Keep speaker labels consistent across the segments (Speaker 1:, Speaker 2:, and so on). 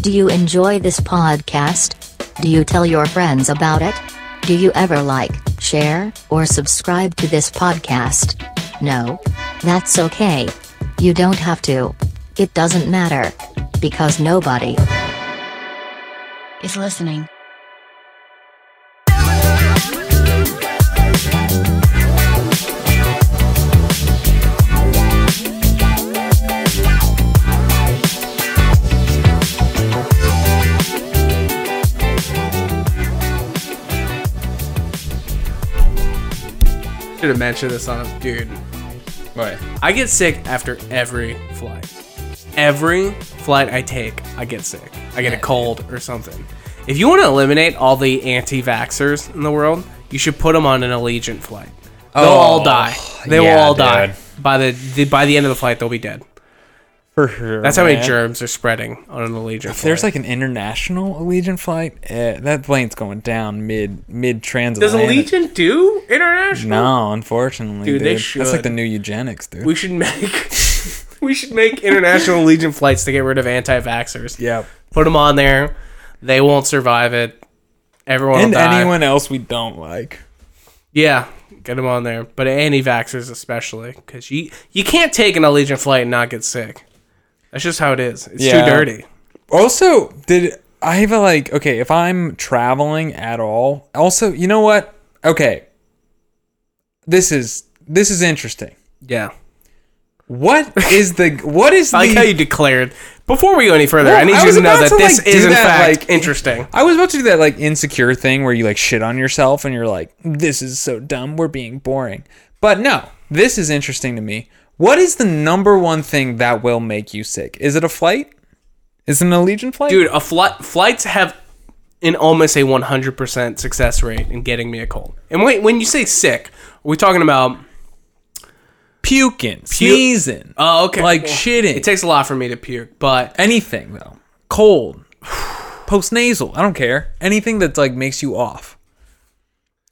Speaker 1: Do you enjoy this podcast? Do you tell your friends about it? Do you ever like, share, or subscribe to this podcast? No? That's okay. You don't have to. It doesn't matter. Because nobody
Speaker 2: is listening.
Speaker 3: Should have mentioned this on him, dude.
Speaker 4: What?
Speaker 3: I get sick after every flight. Every flight I take, I get sick. I get a cold or something. If you want to eliminate all the anti-vaxxers in the world, you should put them on an Allegiant flight. They'll all
Speaker 4: Oh,
Speaker 3: die. They will
Speaker 4: yeah,
Speaker 3: all die
Speaker 4: dude.
Speaker 3: by the, the by the end of the flight. They'll be dead.
Speaker 4: For sure.
Speaker 3: That's how many
Speaker 4: man.
Speaker 3: germs are spreading on an Allegiant.
Speaker 4: If there's
Speaker 3: flight.
Speaker 4: like an international Allegiant flight, eh, that plane's going down mid mid
Speaker 3: does
Speaker 4: transatlantic.
Speaker 3: Allegiant do international?
Speaker 4: No, unfortunately,
Speaker 3: Dude,
Speaker 4: dude.
Speaker 3: they
Speaker 4: That's
Speaker 3: should.
Speaker 4: like the new eugenics, dude.
Speaker 3: We should make we should make international Allegiant flights to get rid of anti-vaxxers.
Speaker 4: yeah.
Speaker 3: put them on there. They won't survive it. Everyone
Speaker 4: And
Speaker 3: will die.
Speaker 4: anyone else we don't like.
Speaker 3: yeah, get them on there. But anti-vaxxers especially, because you you can't take an Allegiant flight and not get sick. That's just how it is. It's
Speaker 4: Yeah.
Speaker 3: too dirty.
Speaker 4: Also, did I have a like okay, if I'm traveling at all, also, you know what? Okay. This is this is interesting.
Speaker 3: Yeah.
Speaker 4: What is the what is
Speaker 3: I like
Speaker 4: the
Speaker 3: how you declared. Before we go any further,
Speaker 4: Well,
Speaker 3: I need
Speaker 4: I
Speaker 3: you
Speaker 4: was
Speaker 3: to know
Speaker 4: about
Speaker 3: that
Speaker 4: to,
Speaker 3: this
Speaker 4: like, do
Speaker 3: is in
Speaker 4: that,
Speaker 3: fact
Speaker 4: like-
Speaker 3: interesting.
Speaker 4: I was about to do that like insecure thing where you like shit on yourself and you're like, this is so dumb, we're being boring. But no, this is interesting to me. What is the number one thing that will make you sick? Is it a flight? Is it an Allegiant flight?
Speaker 3: Dude, a flight flights have an almost a 100% success rate in getting me a cold. And wait, when you say sick, are we talking about
Speaker 4: puking, sneezing.
Speaker 3: Oh, okay.
Speaker 4: Like
Speaker 3: Yeah.
Speaker 4: shitting.
Speaker 3: It takes a lot for me to puke, but
Speaker 4: anything though. Cold, postnasal, I don't care. Anything that like makes you off.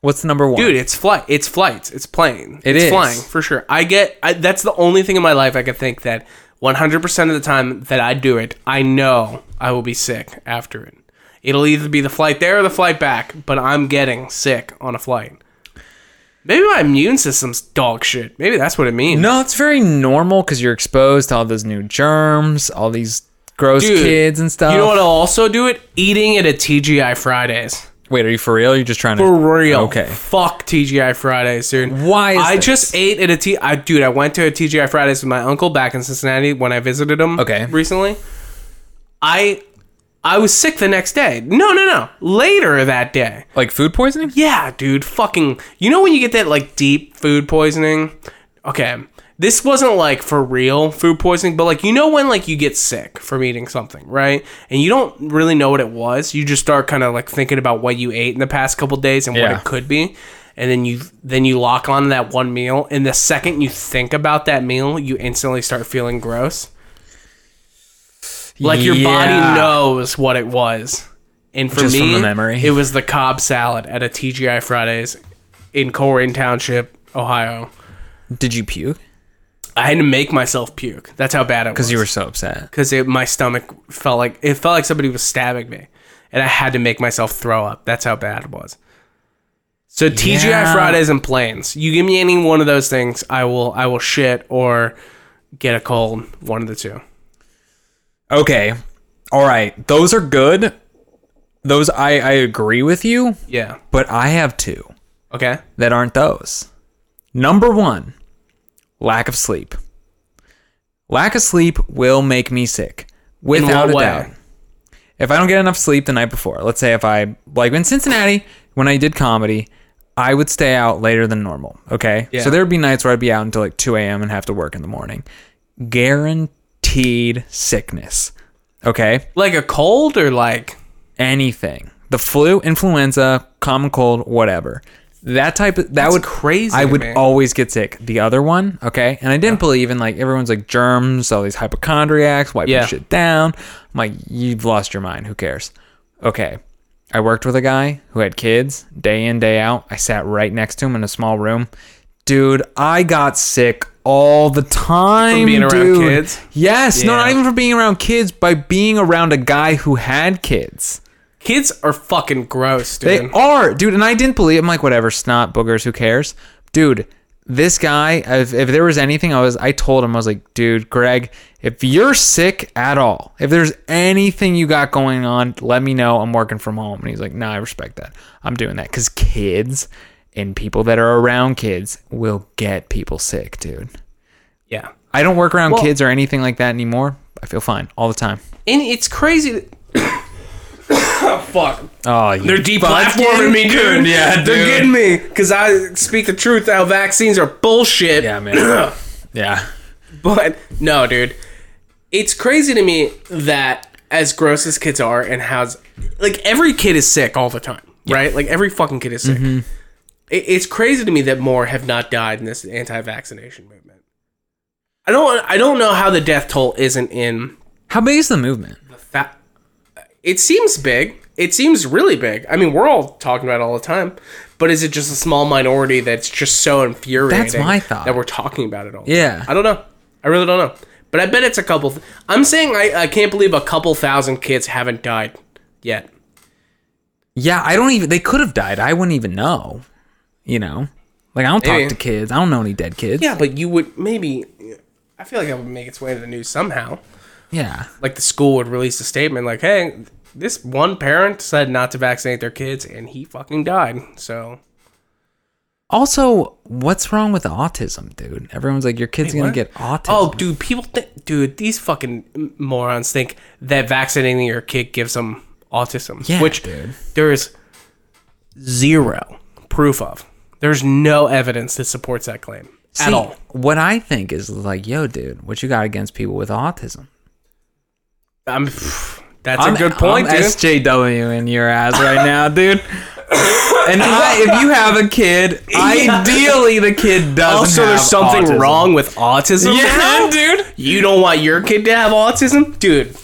Speaker 4: What's the number one?
Speaker 3: dude it's flight it's flights it's plane
Speaker 4: It
Speaker 3: it's
Speaker 4: is.
Speaker 3: flying for sure i get I, that's the only thing in my life i could think that 100% of the time that i do it i know i will be sick after it it'll either be the flight there or the flight back but i'm getting sick on a flight maybe my immune system's dog shit maybe that's what it means
Speaker 4: No, it's very normal because you're exposed to all those new germs, all these gross
Speaker 3: Dude,
Speaker 4: kids and stuff.
Speaker 3: you know what'll also do it eating at a tgi fridays
Speaker 4: Wait, are you for real? You're just trying to
Speaker 3: For real.
Speaker 4: Okay.
Speaker 3: Fuck TGI Fridays, dude.
Speaker 4: Why is
Speaker 3: I
Speaker 4: this?
Speaker 3: just ate at a T. I dude, I went to a TGI Fridays with my uncle back in Cincinnati when I visited him.
Speaker 4: Okay.
Speaker 3: Recently, I I was sick the next day. No, no, no. Later that day.
Speaker 4: Like food poisoning?
Speaker 3: Yeah, dude. Fucking. You know when you get that like deep food poisoning? Okay. This wasn't like for real food poisoning, but like you know when like you get sick from eating something, right? And you don't really know what it was. You just start kind of like thinking about what you ate in the past couple days and
Speaker 4: Yeah.
Speaker 3: what it could be. And then you then you lock on to that one meal, and the second you think about that meal, you instantly start feeling gross. Like your
Speaker 4: Yeah.
Speaker 3: body knows what it was. And for
Speaker 4: Just
Speaker 3: me,
Speaker 4: from the memory.
Speaker 3: it was the Cobb salad at a TGI Fridays in Coleraine Township, Ohio.
Speaker 4: Did you puke?
Speaker 3: I had to make myself puke. That's how bad it was.
Speaker 4: Because you were so upset.
Speaker 3: because my stomach felt like it felt like somebody was stabbing me, and I had to make myself throw up. That's how bad it was. So TGI
Speaker 4: Yeah.
Speaker 3: Fridays and planes. You give me any one of those things, I will I will shit or get a cold. One of the two.
Speaker 4: Okay. All right. Those are good. Those I I agree with you,
Speaker 3: Yeah.
Speaker 4: but I have two
Speaker 3: Okay.
Speaker 4: that aren't those. Number 1, lack of sleep. Lack of sleep will make me sick without
Speaker 3: what
Speaker 4: a
Speaker 3: way?
Speaker 4: doubt. if I don't get enough sleep the night before, let's say if I like in Cincinnati when I did comedy, I would stay out later than normal. Okay,
Speaker 3: Yeah.
Speaker 4: so there'd be nights where I'd be out until like 2 a.m. and have to work in the morning. Guaranteed sickness. Okay,
Speaker 3: Like a cold or like
Speaker 4: anything, the flu, influenza, common cold, whatever. That type of that
Speaker 3: That's
Speaker 4: would
Speaker 3: crazy
Speaker 4: I
Speaker 3: to
Speaker 4: would
Speaker 3: me.
Speaker 4: always get sick. The other one, okay, and I didn't believe in like everyone's like germs, all these hypochondriacs wiping
Speaker 3: Yeah.
Speaker 4: shit down. I'm like, you've lost your mind. Who cares? Okay, I worked with a guy who had kids day in day out. I sat right next to him in a small room. Dude, I got sick all the time.
Speaker 3: being around
Speaker 4: dude.
Speaker 3: kids?
Speaker 4: Yes, no,
Speaker 3: Yeah.
Speaker 4: not even for being around kids, by being around a guy who had kids.
Speaker 3: Kids are fucking gross, dude.
Speaker 4: They are, dude. And I didn't believe. I'm like, whatever, snot boogers, who cares, dude. This guy, if, if there was anything, I was, I told him, I was like, dude, Greg, if you're sick at all, if there's anything you got going on, let me know. I'm working from home. And he's like, no, I respect that. I'm doing that because kids and people that are around kids will get people sick, dude.
Speaker 3: yeah.
Speaker 4: I don't work around kids or anything like that anymore. I feel fine all the time.
Speaker 3: And it's crazy. That- fuck.
Speaker 4: Oh, you
Speaker 3: They're deplatforming me, dude.
Speaker 4: Yeah,
Speaker 3: they're
Speaker 4: dude.
Speaker 3: getting me because I speak the truth. How vaccines are bullshit.
Speaker 4: Yeah, man. yeah.
Speaker 3: But no, dude, it's crazy to me that as gross as kids are and how's like every kid is sick all the time, right? Like every fucking kid is sick.
Speaker 4: Mm-hmm.
Speaker 3: It, it's crazy to me that more have not died in this anti-vaccination movement. I don't. I don't know how the death toll isn't in
Speaker 4: How big is the movement?
Speaker 3: that it seems big. It seems really big. I mean, we're all talking about it all the time, but is it just a small minority that's just so infuriating?
Speaker 4: my thought.
Speaker 3: That we're talking about it all.
Speaker 4: Yeah.
Speaker 3: I don't know. I really don't know. But I bet it's a couple. Th- I'm saying I, I can't believe a couple thousand kids haven't died yet.
Speaker 4: Yeah, I don't even. They could have died. I wouldn't even know. You know, like I don't talk
Speaker 3: Maybe.
Speaker 4: to kids. I don't know any dead kids.
Speaker 3: Yeah, but you would maybe. I feel like that would make its way to the news somehow.
Speaker 4: yeah.
Speaker 3: Like the school would release a statement like, hey, this one parent decided not to vaccinate their kids and he fucking died. So
Speaker 4: Also, what's wrong with autism, dude? Everyone's like, your kid's gonna
Speaker 3: What?
Speaker 4: get autism.
Speaker 3: Oh, dude, people think, dude, these fucking morons think that vaccinating your kid gives them autism,
Speaker 4: Yeah,
Speaker 3: which
Speaker 4: dude.
Speaker 3: there is zero proof of. There's no evidence that supports that claim at
Speaker 4: See,
Speaker 3: all.
Speaker 4: What I think is like, yo, dude, what you got against people with autism?
Speaker 3: I'm, pff, that's a good point,
Speaker 4: I'm
Speaker 3: dude.
Speaker 4: SJW in your ass right now, dude. and I, if you have a kid, ideally the kid doesn't.
Speaker 3: also, there's
Speaker 4: have
Speaker 3: something
Speaker 4: autism.
Speaker 3: wrong with autism.
Speaker 4: Yeah,
Speaker 3: now?
Speaker 4: dude.
Speaker 3: You don't want your kid to have autism, dude.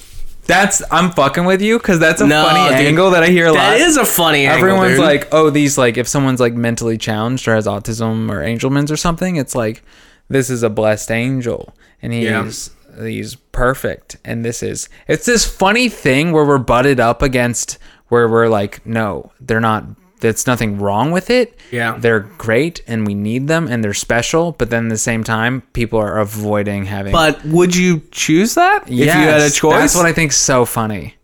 Speaker 4: That's I'm fucking with you because that's a
Speaker 3: No,
Speaker 4: funny
Speaker 3: dude.
Speaker 4: angle that I hear a lot.
Speaker 3: That is a funny. angle,
Speaker 4: Everyone's
Speaker 3: dude.
Speaker 4: like, oh, these like if someone's like mentally challenged or has autism or Angelman's or something, it's like this is a blessed angel and he's
Speaker 3: Yeah.
Speaker 4: he's perfect. And this is it's this funny thing where we're butted up against where we're like, no, they're not. That's nothing wrong with it.
Speaker 3: Yeah.
Speaker 4: they're great and we need them and they're special. But then at the same time, people are avoiding having.
Speaker 3: but would you choose that if you had a
Speaker 4: Yes,
Speaker 3: choice?
Speaker 4: That's what I think's so funny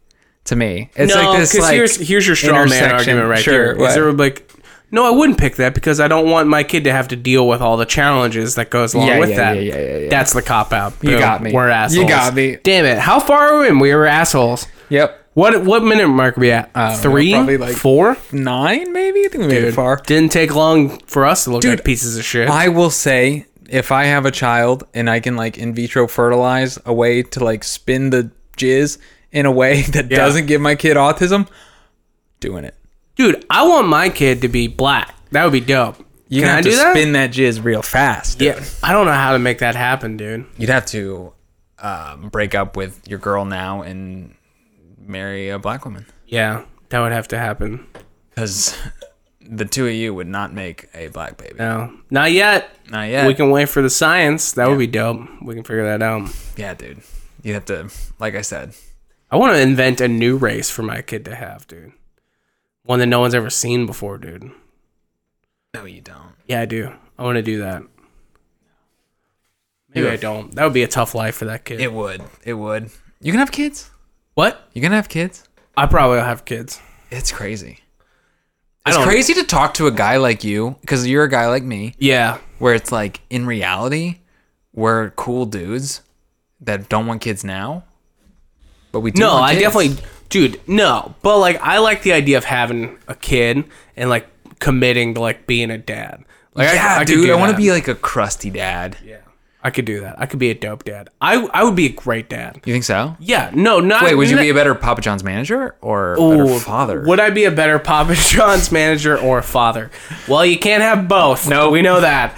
Speaker 4: to me. It's
Speaker 3: no,
Speaker 4: like this.
Speaker 3: 'cause
Speaker 4: Like,
Speaker 3: here's here's your straw man
Speaker 4: intersection-
Speaker 3: argument right
Speaker 4: sure,
Speaker 3: there. Is
Speaker 4: what?
Speaker 3: there like, no, I wouldn't pick that because I don't want my kid to have to deal with all the challenges that goes along
Speaker 4: Yeah,
Speaker 3: with
Speaker 4: yeah,
Speaker 3: that.
Speaker 4: yeah, yeah, yeah, yeah.
Speaker 3: That's the cop out.
Speaker 4: You
Speaker 3: Boom.
Speaker 4: got me.
Speaker 3: We're
Speaker 4: You
Speaker 3: assholes.
Speaker 4: got me.
Speaker 3: Damn it! How far are we? in? We were assholes.
Speaker 4: Yep.
Speaker 3: What what minute mark are we at?
Speaker 4: know,
Speaker 3: Three,
Speaker 4: probably like-
Speaker 3: four.
Speaker 4: Nine, maybe? I think we made it far.
Speaker 3: Didn't take long for us to look at pieces of shit.
Speaker 4: I will say, if I have a child and I can like in vitro fertilize a way to like spin the jizz in a way that doesn't give my kid autism, doing it.
Speaker 3: Dude, I want my kid to be black. That would be dope.
Speaker 4: You
Speaker 3: Can
Speaker 4: have
Speaker 3: I
Speaker 4: to
Speaker 3: do that?
Speaker 4: spin that jizz real fast. dude.
Speaker 3: yeah, I don't know how to make that happen, dude.
Speaker 4: You'd have to um, break up with your girl now and marry a black woman.
Speaker 3: Yeah, that would have to happen.
Speaker 4: Because the two of you would not make a black baby.
Speaker 3: No, not yet.
Speaker 4: Not yet.
Speaker 3: We can wait for the science. That would be dope. We can figure that out.
Speaker 4: Yeah, dude. You'd have to, like I said,
Speaker 3: I want to invent a new race for my kid to have, dude. One that no one's ever seen before, dude.
Speaker 4: no, you don't.
Speaker 3: Yeah, I do. I want to do that. Maybe
Speaker 4: Yeah.
Speaker 3: I don't. That would be a tough life for that kid.
Speaker 4: It would. It would. You can have kids.
Speaker 3: what?
Speaker 4: You can have kids.
Speaker 3: I probably will have kids.
Speaker 4: It's crazy.
Speaker 3: I
Speaker 4: It's
Speaker 3: don't-
Speaker 4: crazy to talk to a guy like you because you're a guy like me,
Speaker 3: Yeah.
Speaker 4: where it's like in reality, we're cool dudes that don't want kids now, but we do.
Speaker 3: No,
Speaker 4: want
Speaker 3: I
Speaker 4: kids.
Speaker 3: definitely, dude. No, but like I like the idea of having a kid and like committing to like being a dad. Like
Speaker 4: yeah,
Speaker 3: I, I could
Speaker 4: dude.
Speaker 3: do
Speaker 4: I want to
Speaker 3: that.
Speaker 4: be like a crusty dad.
Speaker 3: Yeah, I could do that. I could be a dope dad. I I would be a great dad.
Speaker 4: You think so?
Speaker 3: Yeah, no, not.
Speaker 4: Wait, would you
Speaker 3: not-
Speaker 4: be a better Papa John's manager or a
Speaker 3: Ooh,
Speaker 4: better father?
Speaker 3: Would I be a better Papa John's manager or father? Well, you can't have both. No, we know that.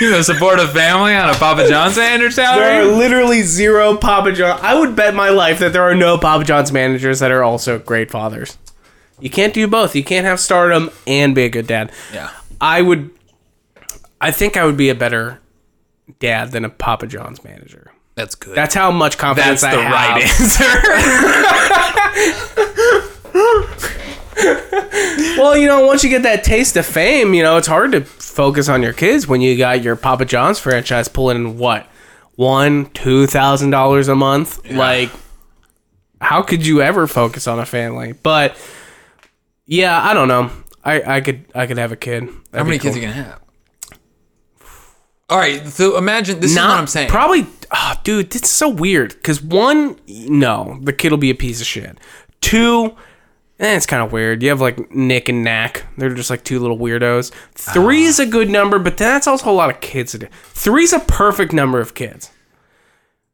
Speaker 4: you gonna support a family on a Papa John's manager
Speaker 3: There are literally zero Papa John. I would bet my life that there are no Papa John's managers that are also great fathers. You can't do both. You can't have stardom and be a good dad.
Speaker 4: Yeah.
Speaker 3: I would. I think I would be a better dad than a Papa John's manager.
Speaker 4: That's good.
Speaker 3: That's how much confidence
Speaker 4: That's
Speaker 3: I
Speaker 4: the
Speaker 3: have.
Speaker 4: right answer.
Speaker 3: Well, you know, once you get that taste of fame, you know, it's hard to focus on your kids when you got your Papa John's franchise pulling in what one, two thousand dollars a month. Like, how could you ever focus on a family? But yeah, I don't know. I, I could I could have a kid.
Speaker 4: How many kids are you gonna have? All right, so imagine this is what I'm saying.
Speaker 3: Probably, ah, dude, it's so weird. Because one, no, the kid will be a piece of shit. Two, eh, it's kind of weird. You have like Nick and Knack. They're just like two little weirdos. Three is a good number, but then that's also a lot of kids. to do. Three's a perfect number of kids.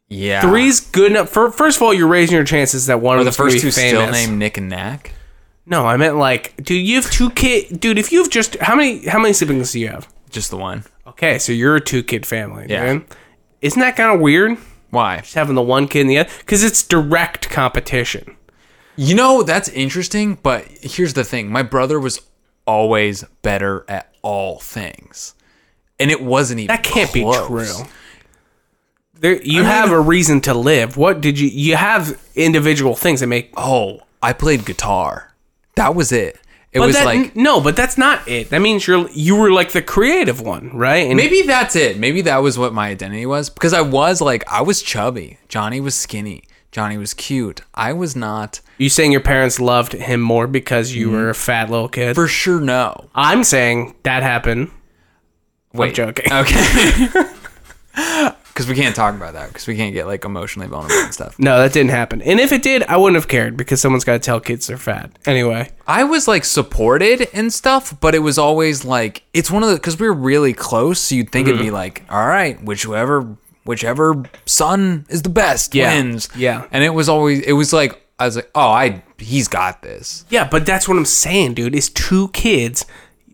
Speaker 4: yeah,
Speaker 3: Three's good enough. For, first of all, you're raising your chances that one
Speaker 4: Ah. Are
Speaker 3: of
Speaker 4: the
Speaker 3: them's gonna
Speaker 4: first
Speaker 3: be
Speaker 4: two still
Speaker 3: famous.
Speaker 4: named Nick and Knack?
Speaker 3: No, I meant like, dude, you have two kid. Dude, if you have just how many how many siblings do you have?
Speaker 4: Just the one.
Speaker 3: Okay, so you're a two kid family.
Speaker 4: Yeah.
Speaker 3: dude. Isn't that kind of weird?
Speaker 4: Why?
Speaker 3: just having the one kid and the other because it's direct competition.
Speaker 4: You know, that's interesting, but here's the thing. My brother was always better at all things. And it wasn't even
Speaker 3: That can't
Speaker 4: close.
Speaker 3: be true. There, you have a reason to live. What did you? You have individual things that make.
Speaker 4: Oh, I played guitar. That was it. It
Speaker 3: But
Speaker 4: was
Speaker 3: that,
Speaker 4: like
Speaker 3: no, but that's not it. That means you're you were like the creative one, right? And
Speaker 4: maybe that's it. Maybe that was what my identity was because I was like I was chubby. Johnny was skinny. Johnny was cute. I was not
Speaker 3: you saying your parents loved him more because you were a fat little kid.
Speaker 4: for sure no.
Speaker 3: I'm saying that happened.
Speaker 4: Wait,
Speaker 3: joking.
Speaker 4: Okay. Because we can't talk about that because we can't get like emotionally vulnerable and stuff.
Speaker 3: No, that didn't happen. And if it did, I wouldn't have cared because someone's got to tell kids they're fat. Anyway,
Speaker 4: I was like supported and stuff, but it was always like it's one of the because we were really close, so you'd think
Speaker 3: Mm-hmm.
Speaker 4: it'd be like, all right, whichever whichever son is the best
Speaker 3: Yeah.
Speaker 4: wins.
Speaker 3: Yeah.
Speaker 4: and it was always it was like I was like, oh, I he's got this.
Speaker 3: yeah, but that's what I'm saying, dude. Is two kids.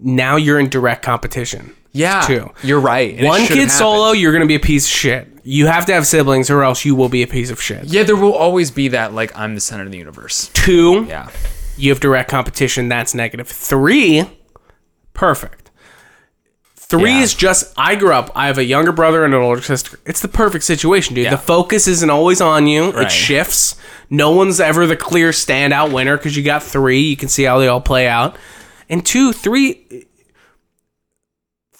Speaker 3: Now you're in direct competition.
Speaker 4: Yeah,
Speaker 3: Two.
Speaker 4: you're right. and it
Speaker 3: One
Speaker 4: should've
Speaker 3: kid
Speaker 4: happened.
Speaker 3: solo, you're gonna be a piece of shit. You have to have siblings, or else you will be a piece of shit.
Speaker 4: Yeah, there will always be that like I'm the center of the universe.
Speaker 3: Two,
Speaker 4: Yeah,
Speaker 3: you have direct competition. That's negative. Three, perfect. Three
Speaker 4: Yeah.
Speaker 3: is just. I grew up. I have a younger brother and an older sister. It's the perfect situation, dude.
Speaker 4: Yeah.
Speaker 3: The focus isn't always on you.
Speaker 4: Right.
Speaker 3: It shifts. No one's ever the clear standout winner because you got three. You can see how they all play out. And two, three,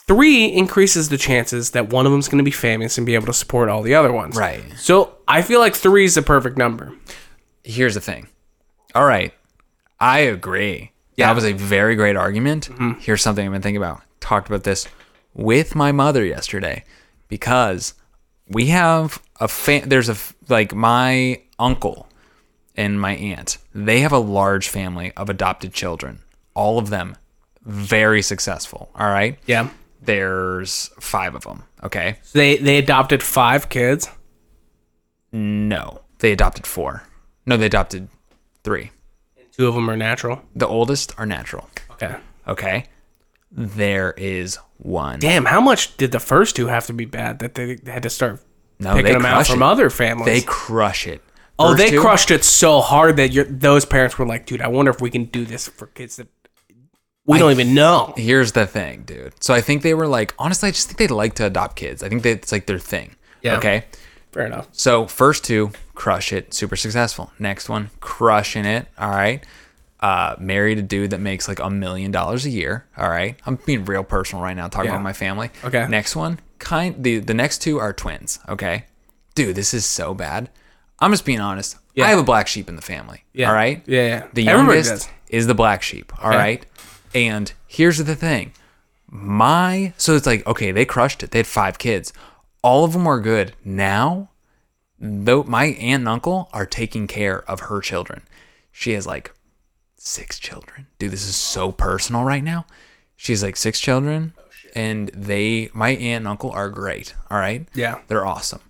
Speaker 3: three increases the chances that one of them's going to be famous and be able to support all the other ones.
Speaker 4: Right.
Speaker 3: So I feel like three is the perfect number.
Speaker 4: here's the thing. All right, I agree. That was a very great argument. Here's something I've been thinking about. Talked about this with my mother yesterday because we have a fa- there's a f- like my uncle and my aunt. They have a large family of adopted children. All of them very successful, all right?
Speaker 3: Yeah.
Speaker 4: There's 5 of them, okay?
Speaker 3: So they they adopted five kids.
Speaker 4: No. They adopted 4. No, they adopted 3.
Speaker 3: Two of them are natural.
Speaker 4: The oldest are natural.
Speaker 3: Okay.
Speaker 4: Okay. There is one.
Speaker 3: Damn, how much did the first two have to be bad that they had to start
Speaker 4: No, Oh, they
Speaker 3: picking them out
Speaker 4: crush
Speaker 3: from
Speaker 4: it.
Speaker 3: other families?
Speaker 4: They crush it.
Speaker 3: oh,
Speaker 4: First
Speaker 3: they
Speaker 4: two-
Speaker 3: crushed it so hard that you those parents were like, "Dude, I wonder if we can do this for kids that we don't even know."
Speaker 4: Here's the thing, dude. So I think they were like, honestly, I just think they like to adopt kids. I think that it's like their thing.
Speaker 3: Yeah.
Speaker 4: Okay.
Speaker 3: Fair enough.
Speaker 4: So first two, crush it, super successful. Next one, crushing it. All right. Uh, married a dude that makes like a million dollars a year. All right. I'm being real personal right now, talking
Speaker 3: Yeah.
Speaker 4: about my family.
Speaker 3: Okay.
Speaker 4: Next one, kind the the next two are twins. Okay. Dude, this is so bad. I'm just being honest.
Speaker 3: Yeah.
Speaker 4: I have a black sheep in the family.
Speaker 3: Yeah.
Speaker 4: All right.
Speaker 3: Yeah, yeah.
Speaker 4: The
Speaker 3: Everybody
Speaker 4: youngest
Speaker 3: does.
Speaker 4: is the black sheep. All right.
Speaker 3: Okay.
Speaker 4: And here's the thing my so it's like okay they crushed it they had five kids all of them were good now though my aunt and uncle are taking care of her children she has like six children dude this is so personal right now she's like six children and they my aunt and uncle are great all right
Speaker 3: Yeah.
Speaker 4: they're awesome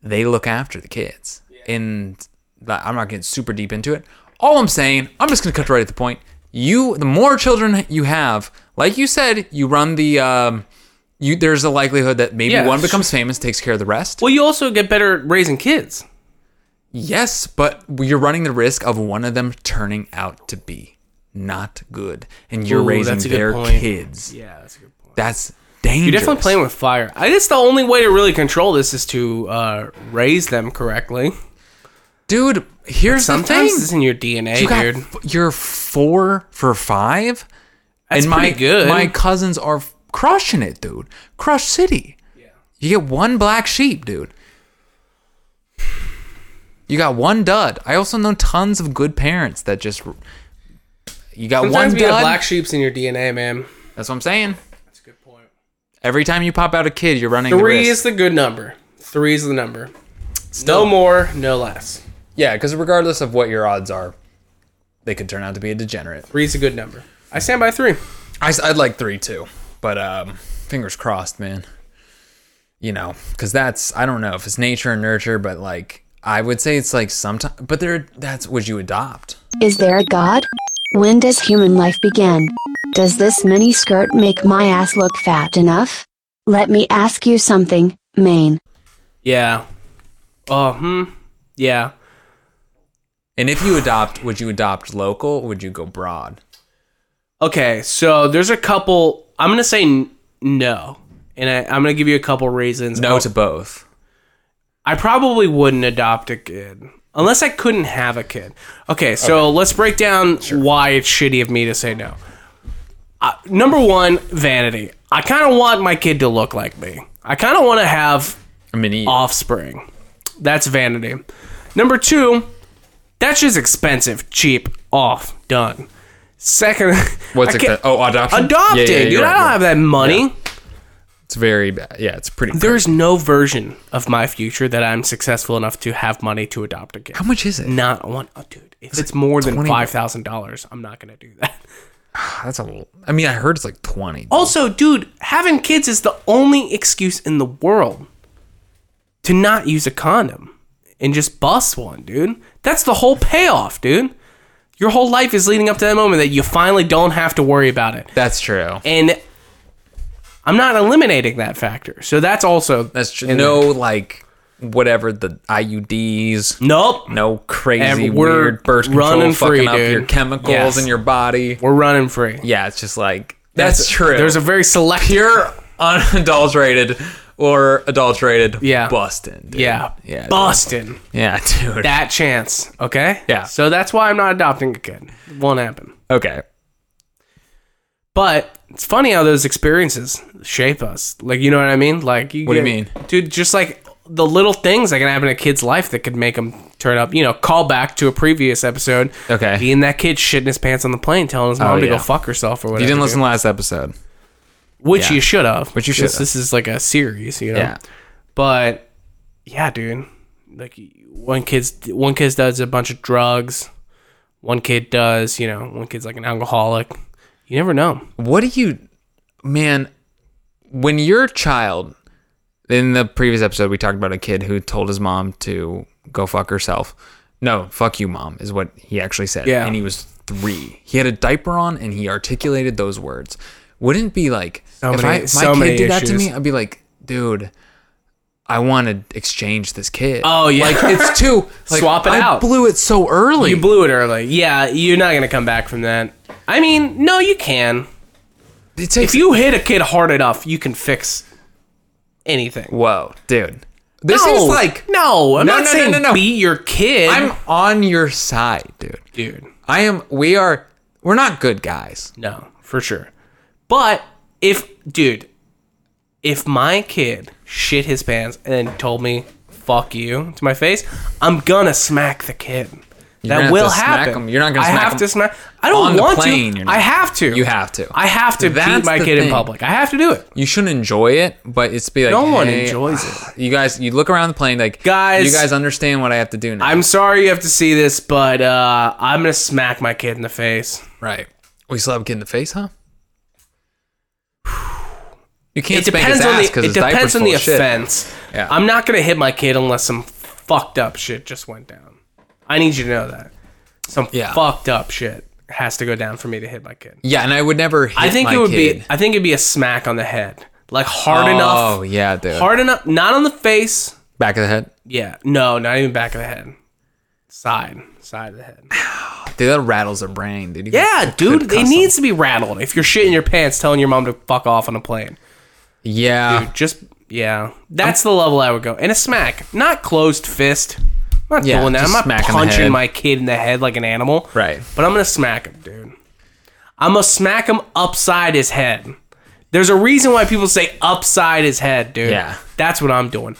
Speaker 4: they look after the kids and like, i'm not getting super deep into it all i'm saying i'm just going to cut right at the point you the more children you have like you said you run the um you there's a likelihood that maybe
Speaker 3: Yeah,
Speaker 4: one
Speaker 3: it's
Speaker 4: becomes famous takes care of the rest
Speaker 3: Well, you also get better at raising kids.
Speaker 4: yes but you're running the risk of one of them turning out to be not good and you're
Speaker 3: Ooh,
Speaker 4: raising
Speaker 3: that's a good
Speaker 4: their
Speaker 3: point.
Speaker 4: kids
Speaker 3: Yeah, that's a good point.
Speaker 4: that's dangerous.
Speaker 3: You're definitely playing with fire. I guess the only way to really control this is to uh, raise them correctly.
Speaker 4: dude. Here's the thing.
Speaker 3: Sometimes it's in your DNA,
Speaker 4: you got,
Speaker 3: dude.
Speaker 4: f- you're four for five,
Speaker 3: That's
Speaker 4: and my
Speaker 3: pretty good.
Speaker 4: my cousins are f- crushing it, dude. Crush City. You get one black sheep, dude. You got one dud. I also know tons of good parents that just. You got
Speaker 3: Sometimes
Speaker 4: one
Speaker 3: you have
Speaker 4: dud.
Speaker 3: black sheeps in your DNA, man.
Speaker 4: That's what I'm saying.
Speaker 3: That's a good point.
Speaker 4: Every time you pop out a kid, you're running
Speaker 3: Three
Speaker 4: the risk.
Speaker 3: is the good number. Three is the number. No more, no less.
Speaker 4: Yeah, because regardless of what your odds are, they could turn out to be a degenerate.
Speaker 3: Three is a good number. I stand by three.
Speaker 4: I, would like three too, but um, fingers crossed, man. You know, because that's I don't know if it's nature and nurture, but like I would say it's like sometimes, but there that's what you adopt.
Speaker 5: Is there a God? When does human life begin? Does this mini skirt make my ass look fat enough? Let me ask you something, Maine.
Speaker 3: Yeah. Oh, hmm. Yeah.
Speaker 4: And if you adopt, would you adopt local? Or would you go broad?
Speaker 3: Okay, so there's a couple. I'm gonna say n- no, and I, I'm gonna give you a couple reasons. Oh,
Speaker 4: No to both.
Speaker 3: I probably wouldn't adopt a kid unless I couldn't have a kid. Okay, so let's break down why it's shitty of me to say no. Uh, number one, vanity. I kind of want my kid to look like me. I kind of want to have
Speaker 4: I mean, e, you-
Speaker 3: offspring. That's vanity. Number two, that's just expensive, cheap, off, done. Second,
Speaker 4: what's
Speaker 3: I
Speaker 4: it?
Speaker 3: can't-
Speaker 4: Oh, adoption.
Speaker 3: adopting.
Speaker 4: Yeah, yeah,
Speaker 3: dude,
Speaker 4: you're
Speaker 3: I
Speaker 4: right,
Speaker 3: don't
Speaker 4: you're
Speaker 3: have
Speaker 4: right.
Speaker 3: that money.
Speaker 4: It's very bad. Yeah, it's pretty.
Speaker 3: There's no version of my future that I'm successful enough to have money to adopt a kid.
Speaker 4: how much is it?
Speaker 3: Not one, oh, dude. If it's, more than
Speaker 4: 20
Speaker 3: five thousand dollars, I'm not gonna do that.
Speaker 4: That's a. l- I mean, I heard it's like twenty.
Speaker 3: Also, dude, having kids is the only excuse in the world to not use a condom and just bust one, dude. That's the whole payoff, dude. Your whole life is leading up to that moment that you finally don't have to worry about it.
Speaker 4: That's true.
Speaker 3: And I'm not eliminating that factor. So that's also
Speaker 4: That's true. No, like whatever the IUDs.
Speaker 3: Nope.
Speaker 4: No crazy
Speaker 3: And we're
Speaker 4: weird birth control
Speaker 3: running
Speaker 4: fucking
Speaker 3: free,
Speaker 4: up your
Speaker 3: dude.
Speaker 4: chemicals
Speaker 3: Yes.
Speaker 4: in your body.
Speaker 3: We're running free.
Speaker 4: Yeah, it's just like that's, true.
Speaker 3: There's a very select
Speaker 4: pure unadulterated or adulterated
Speaker 3: Yeah.
Speaker 4: bustin. dude.
Speaker 3: yeah,
Speaker 4: Yeah. dude.
Speaker 3: Boston.
Speaker 4: Yeah, dude.
Speaker 3: That chance, okay?
Speaker 4: Yeah.
Speaker 3: So that's why I'm not adopting a kid. It won't happen.
Speaker 4: okay.
Speaker 3: But it's funny how those experiences shape us. Like, you know what I mean? Like, you
Speaker 4: What do you
Speaker 3: get-
Speaker 4: mean?
Speaker 3: dude? Just like the little things that can happen in a kid's life that could make them turn up. You know, call back to a previous episode.
Speaker 4: Okay. Oh,
Speaker 3: Being that kid shitting his pants on the plane, telling his mom to
Speaker 4: yeah.
Speaker 3: go fuck herself or whatever.
Speaker 4: You didn't listen
Speaker 3: dude.
Speaker 4: to last episode.
Speaker 3: which
Speaker 4: yeah.
Speaker 3: you should have.
Speaker 4: Which you
Speaker 3: This-
Speaker 4: should've.
Speaker 3: This is like a series, you know.
Speaker 4: Yeah.
Speaker 3: But yeah, dude. Like one kid's one kid does a bunch of drugs. One kid does, you know, one kid's like an alcoholic. You never know.
Speaker 4: What do you, man? When you're a child, in the previous episode, we talked about a kid who told his mom to go fuck herself. No, fuck you, mom, is what he actually said.
Speaker 3: Yeah.
Speaker 4: And he was three. He had a diaper on and he articulated those words. Wouldn't it be like,
Speaker 3: So
Speaker 4: if
Speaker 3: many-
Speaker 4: I, my
Speaker 3: so
Speaker 4: kid
Speaker 3: many
Speaker 4: did that to
Speaker 3: issues.
Speaker 4: me, I'd be like, dude, I want to exchange this kid.
Speaker 3: Oh yeah.
Speaker 4: Like, it's too, like,
Speaker 3: Swap it
Speaker 4: I
Speaker 3: out.
Speaker 4: blew it so early.
Speaker 3: you blew it early. Yeah, you're not gonna come back from that. I mean, no, you can.
Speaker 4: it takes
Speaker 3: If you hit a kid hard enough, you can fix anything.
Speaker 4: Whoa, dude. This is like,
Speaker 3: no. I'm
Speaker 4: No,
Speaker 3: not
Speaker 4: no, no,
Speaker 3: saying
Speaker 4: no, no.
Speaker 3: beat your kid,
Speaker 4: I'm on your side, dude.
Speaker 3: dude.
Speaker 4: I am. We are. We're not good guys.
Speaker 3: No, for sure. But if, dude, if my kid shit his pants and then told me "fuck you" to my face, I'm gonna smack the kid.
Speaker 4: gonna
Speaker 3: that
Speaker 4: have
Speaker 3: will
Speaker 4: to smack
Speaker 3: happen.
Speaker 4: him. You're not gonna
Speaker 3: I
Speaker 4: smack
Speaker 3: have
Speaker 4: him
Speaker 3: to smack. I don't
Speaker 4: on the
Speaker 3: want
Speaker 4: plane,
Speaker 3: to.
Speaker 4: you're not.
Speaker 3: I have to.
Speaker 4: You have to.
Speaker 3: I have to
Speaker 4: That's
Speaker 3: beat my
Speaker 4: the
Speaker 3: kid
Speaker 4: thing.
Speaker 3: in public. I have to do it.
Speaker 4: You shouldn't enjoy it, but it's be like
Speaker 3: No one
Speaker 4: hey, uh,
Speaker 3: enjoys it.
Speaker 4: You guys, you look around the plane like
Speaker 3: Guys-
Speaker 4: You guys understand what I have to do now.
Speaker 3: I'm sorry you have to see this, but uh, I'm gonna smack my kid in the face.
Speaker 4: right. We still have a kid in the face, huh? You can't
Speaker 3: It
Speaker 4: spank his
Speaker 3: depends on
Speaker 4: ass
Speaker 3: the.
Speaker 4: because
Speaker 3: It
Speaker 4: his diaper's
Speaker 3: depends on
Speaker 4: full
Speaker 3: the
Speaker 4: of shit.
Speaker 3: offense.
Speaker 4: Yeah.
Speaker 3: I'm not gonna hit my kid unless some fucked up shit just went down. I need you to know that some
Speaker 4: Yeah.
Speaker 3: fucked up shit has to go down for me to hit my kid.
Speaker 4: Yeah, and I would never. Hit
Speaker 3: I think
Speaker 4: my
Speaker 3: it would
Speaker 4: kid.
Speaker 3: be. I think it'd be a smack on the head, like hard enough.
Speaker 4: Oh yeah, dude.
Speaker 3: Hard enough, not on the face.
Speaker 4: Back of the head.
Speaker 3: Yeah, no, not even back of the head. Side, side of the head.
Speaker 4: Dude, that rattles their brain, dude. You
Speaker 3: Yeah,
Speaker 4: could
Speaker 3: dude,
Speaker 4: cuss
Speaker 3: it
Speaker 4: 'em.
Speaker 3: needs to be rattled. If you're shitting your pants, telling your mom to fuck off on a plane,
Speaker 4: Yeah.
Speaker 3: Dude, just yeah. That's the level I would go. And a smack, not closed fist. I'm not
Speaker 4: Yeah,
Speaker 3: doing that.
Speaker 4: just
Speaker 3: I'm not
Speaker 4: smack in the head.
Speaker 3: punching my kid in the head like an animal.
Speaker 4: Right.
Speaker 3: But I'm gonna smack him, dude. I'm gonna smack him upside his head. There's a reason why people say upside his head, dude.
Speaker 4: Yeah.
Speaker 3: That's what I'm doing.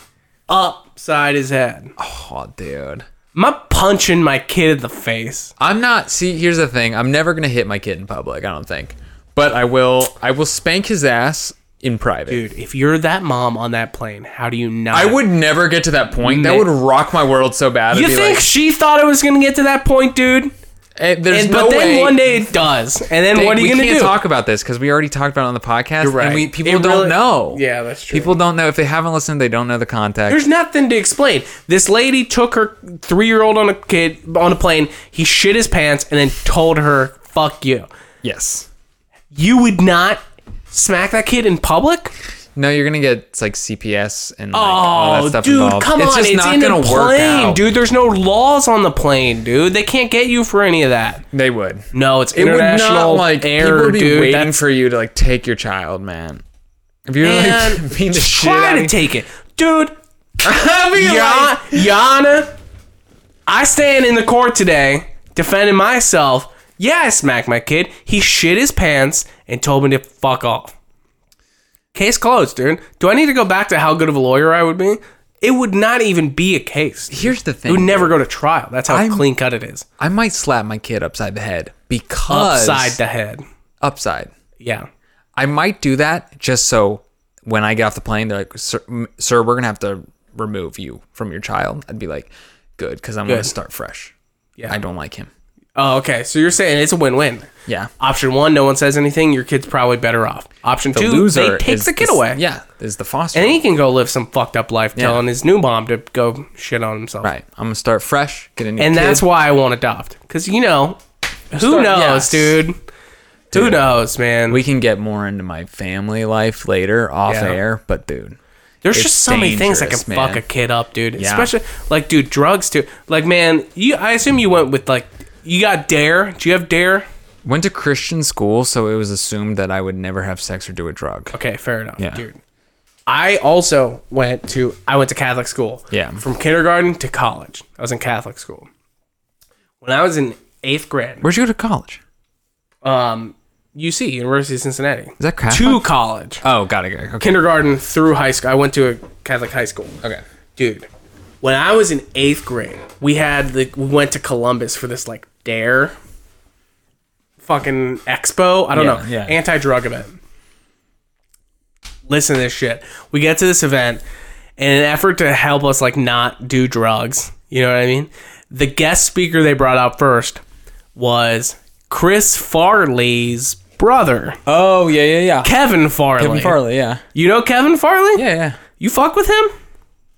Speaker 3: Upside his head. I'm
Speaker 4: Oh, dude.
Speaker 3: not punching my kid in the face.
Speaker 4: I'm not. See, here's the thing. I'm never gonna hit my kid in public. I don't think. But I will. I will spank his ass in private.
Speaker 3: Dude, if you're that mom on that plane, how do you not?
Speaker 4: I would never get to that point. That
Speaker 3: Ma-
Speaker 4: would rock my world so bad. I'd
Speaker 3: You
Speaker 4: be
Speaker 3: think
Speaker 4: like,
Speaker 3: she thought it was gonna get to that point, dude?
Speaker 4: eh, there's
Speaker 3: And,
Speaker 4: no
Speaker 3: but then
Speaker 4: way.
Speaker 3: one day it does, and then
Speaker 4: Hey,
Speaker 3: what are you
Speaker 4: we
Speaker 3: gonna
Speaker 4: can't
Speaker 3: do?
Speaker 4: talk about this because we already talked about it on the podcast.
Speaker 3: You're right.
Speaker 4: And we, people
Speaker 3: It
Speaker 4: don't
Speaker 3: really-
Speaker 4: know.
Speaker 3: Yeah, that's true.
Speaker 4: People don't know if they haven't listened. They don't know the context.
Speaker 3: There's nothing to explain. This lady took her three year old on a kid on a plane. He shit his pants and then told her, "Fuck you."
Speaker 4: yes.
Speaker 3: You would not smack that kid in public.
Speaker 4: No, you're gonna get like CPS and like, all that
Speaker 3: Oh,
Speaker 4: stuff
Speaker 3: dude,
Speaker 4: involved.
Speaker 3: come
Speaker 4: it's
Speaker 3: on!
Speaker 4: just
Speaker 3: it's
Speaker 4: not
Speaker 3: in
Speaker 4: gonna
Speaker 3: a
Speaker 4: work
Speaker 3: plane,
Speaker 4: out.
Speaker 3: dude. There's no laws on the plane, dude. They can't get you for any of that.
Speaker 4: They would.
Speaker 3: No, it's
Speaker 4: It would not
Speaker 3: international
Speaker 4: like
Speaker 3: air,
Speaker 4: people would be
Speaker 3: dude.
Speaker 4: waiting
Speaker 3: That's-
Speaker 4: for you to like take your child, man. If you're
Speaker 3: and
Speaker 4: like being the shit
Speaker 3: try
Speaker 4: out
Speaker 3: to
Speaker 4: of
Speaker 3: take it, dude.
Speaker 4: I mean,
Speaker 3: Ya- Yana, I stand in the court today defending myself. Yeah, I smacked my kid. He shit his pants and told me to fuck off. Case closed, dude. Do I need to go back to how good of a lawyer I would be? It would not even be a case. dude.
Speaker 4: Here's the
Speaker 3: It would
Speaker 4: thing,
Speaker 3: never
Speaker 4: dude.
Speaker 3: go to trial. That's how
Speaker 4: I'm-
Speaker 3: clean cut it is.
Speaker 4: I might slap my kid upside the head because
Speaker 3: Upside the head.
Speaker 4: upside.
Speaker 3: Yeah.
Speaker 4: I might do that just so when I get off the plane, they're like, "Sir, m- sir we're gonna have to remove you from your child." I'd be like, "Good," because I'm gonna
Speaker 3: Good.
Speaker 4: start fresh.
Speaker 3: Yeah.
Speaker 4: I don't like him.
Speaker 3: Oh, okay. So you're saying it's a win win.
Speaker 4: Yeah.
Speaker 3: Option one, no one says anything. Your kid's probably better off. Option
Speaker 4: The
Speaker 3: two,
Speaker 4: loser
Speaker 3: they takes
Speaker 4: is
Speaker 3: the kid
Speaker 4: s-
Speaker 3: away.
Speaker 4: Yeah, is the foster.
Speaker 3: And he can go live some fucked up life
Speaker 4: Yeah.
Speaker 3: telling his new mom to go shit on himself.
Speaker 4: right. I'm gonna start fresh. Get a new
Speaker 3: And
Speaker 4: kid.
Speaker 3: that's why I won't adopt. Because, you know, who
Speaker 4: Start- yes.
Speaker 3: knows, dude? Who
Speaker 4: Dude.
Speaker 3: knows, man?
Speaker 4: we can get more into my family life later off
Speaker 3: Yeah.
Speaker 4: air, but dude,
Speaker 3: There's
Speaker 4: it's
Speaker 3: just so many things that can
Speaker 4: dangerous, man.
Speaker 3: fuck a kid up, dude.
Speaker 4: Yeah.
Speaker 3: Especially, like, dude, drugs, too. Like, man, you. I assume you went with, like, you got DARE. Do you have DARE?
Speaker 4: went to Christian school, so it was assumed that I would never have sex or do a drug.
Speaker 3: Okay, fair enough,
Speaker 4: Yeah.
Speaker 3: dude. I also went to I went to Catholic school.
Speaker 4: Yeah.
Speaker 3: From kindergarten to college. I was in Catholic school. When I was in eighth grade,
Speaker 4: Where'd you go to college?
Speaker 3: um, UC, University of Cincinnati.
Speaker 4: Is that Catholic?
Speaker 3: To college.
Speaker 4: Oh, got it. got it. Okay.
Speaker 3: Kindergarten through high school. I went to a Catholic high school.
Speaker 4: Okay.
Speaker 3: Dude. When I was in eighth grade, we had the we went to Columbus for this like dare fucking expo. I don't
Speaker 4: Yeah,
Speaker 3: know.
Speaker 4: yeah.
Speaker 3: Anti drug event. Listen to this shit. We get to this event in an effort to help us like not do drugs. You know what I mean? The guest speaker they brought out first was Chris Farley's brother,
Speaker 4: Oh yeah yeah yeah.
Speaker 3: Kevin Farley.
Speaker 4: yeah.
Speaker 3: You know Kevin Farley?
Speaker 4: Yeah, yeah.
Speaker 3: You fuck with him?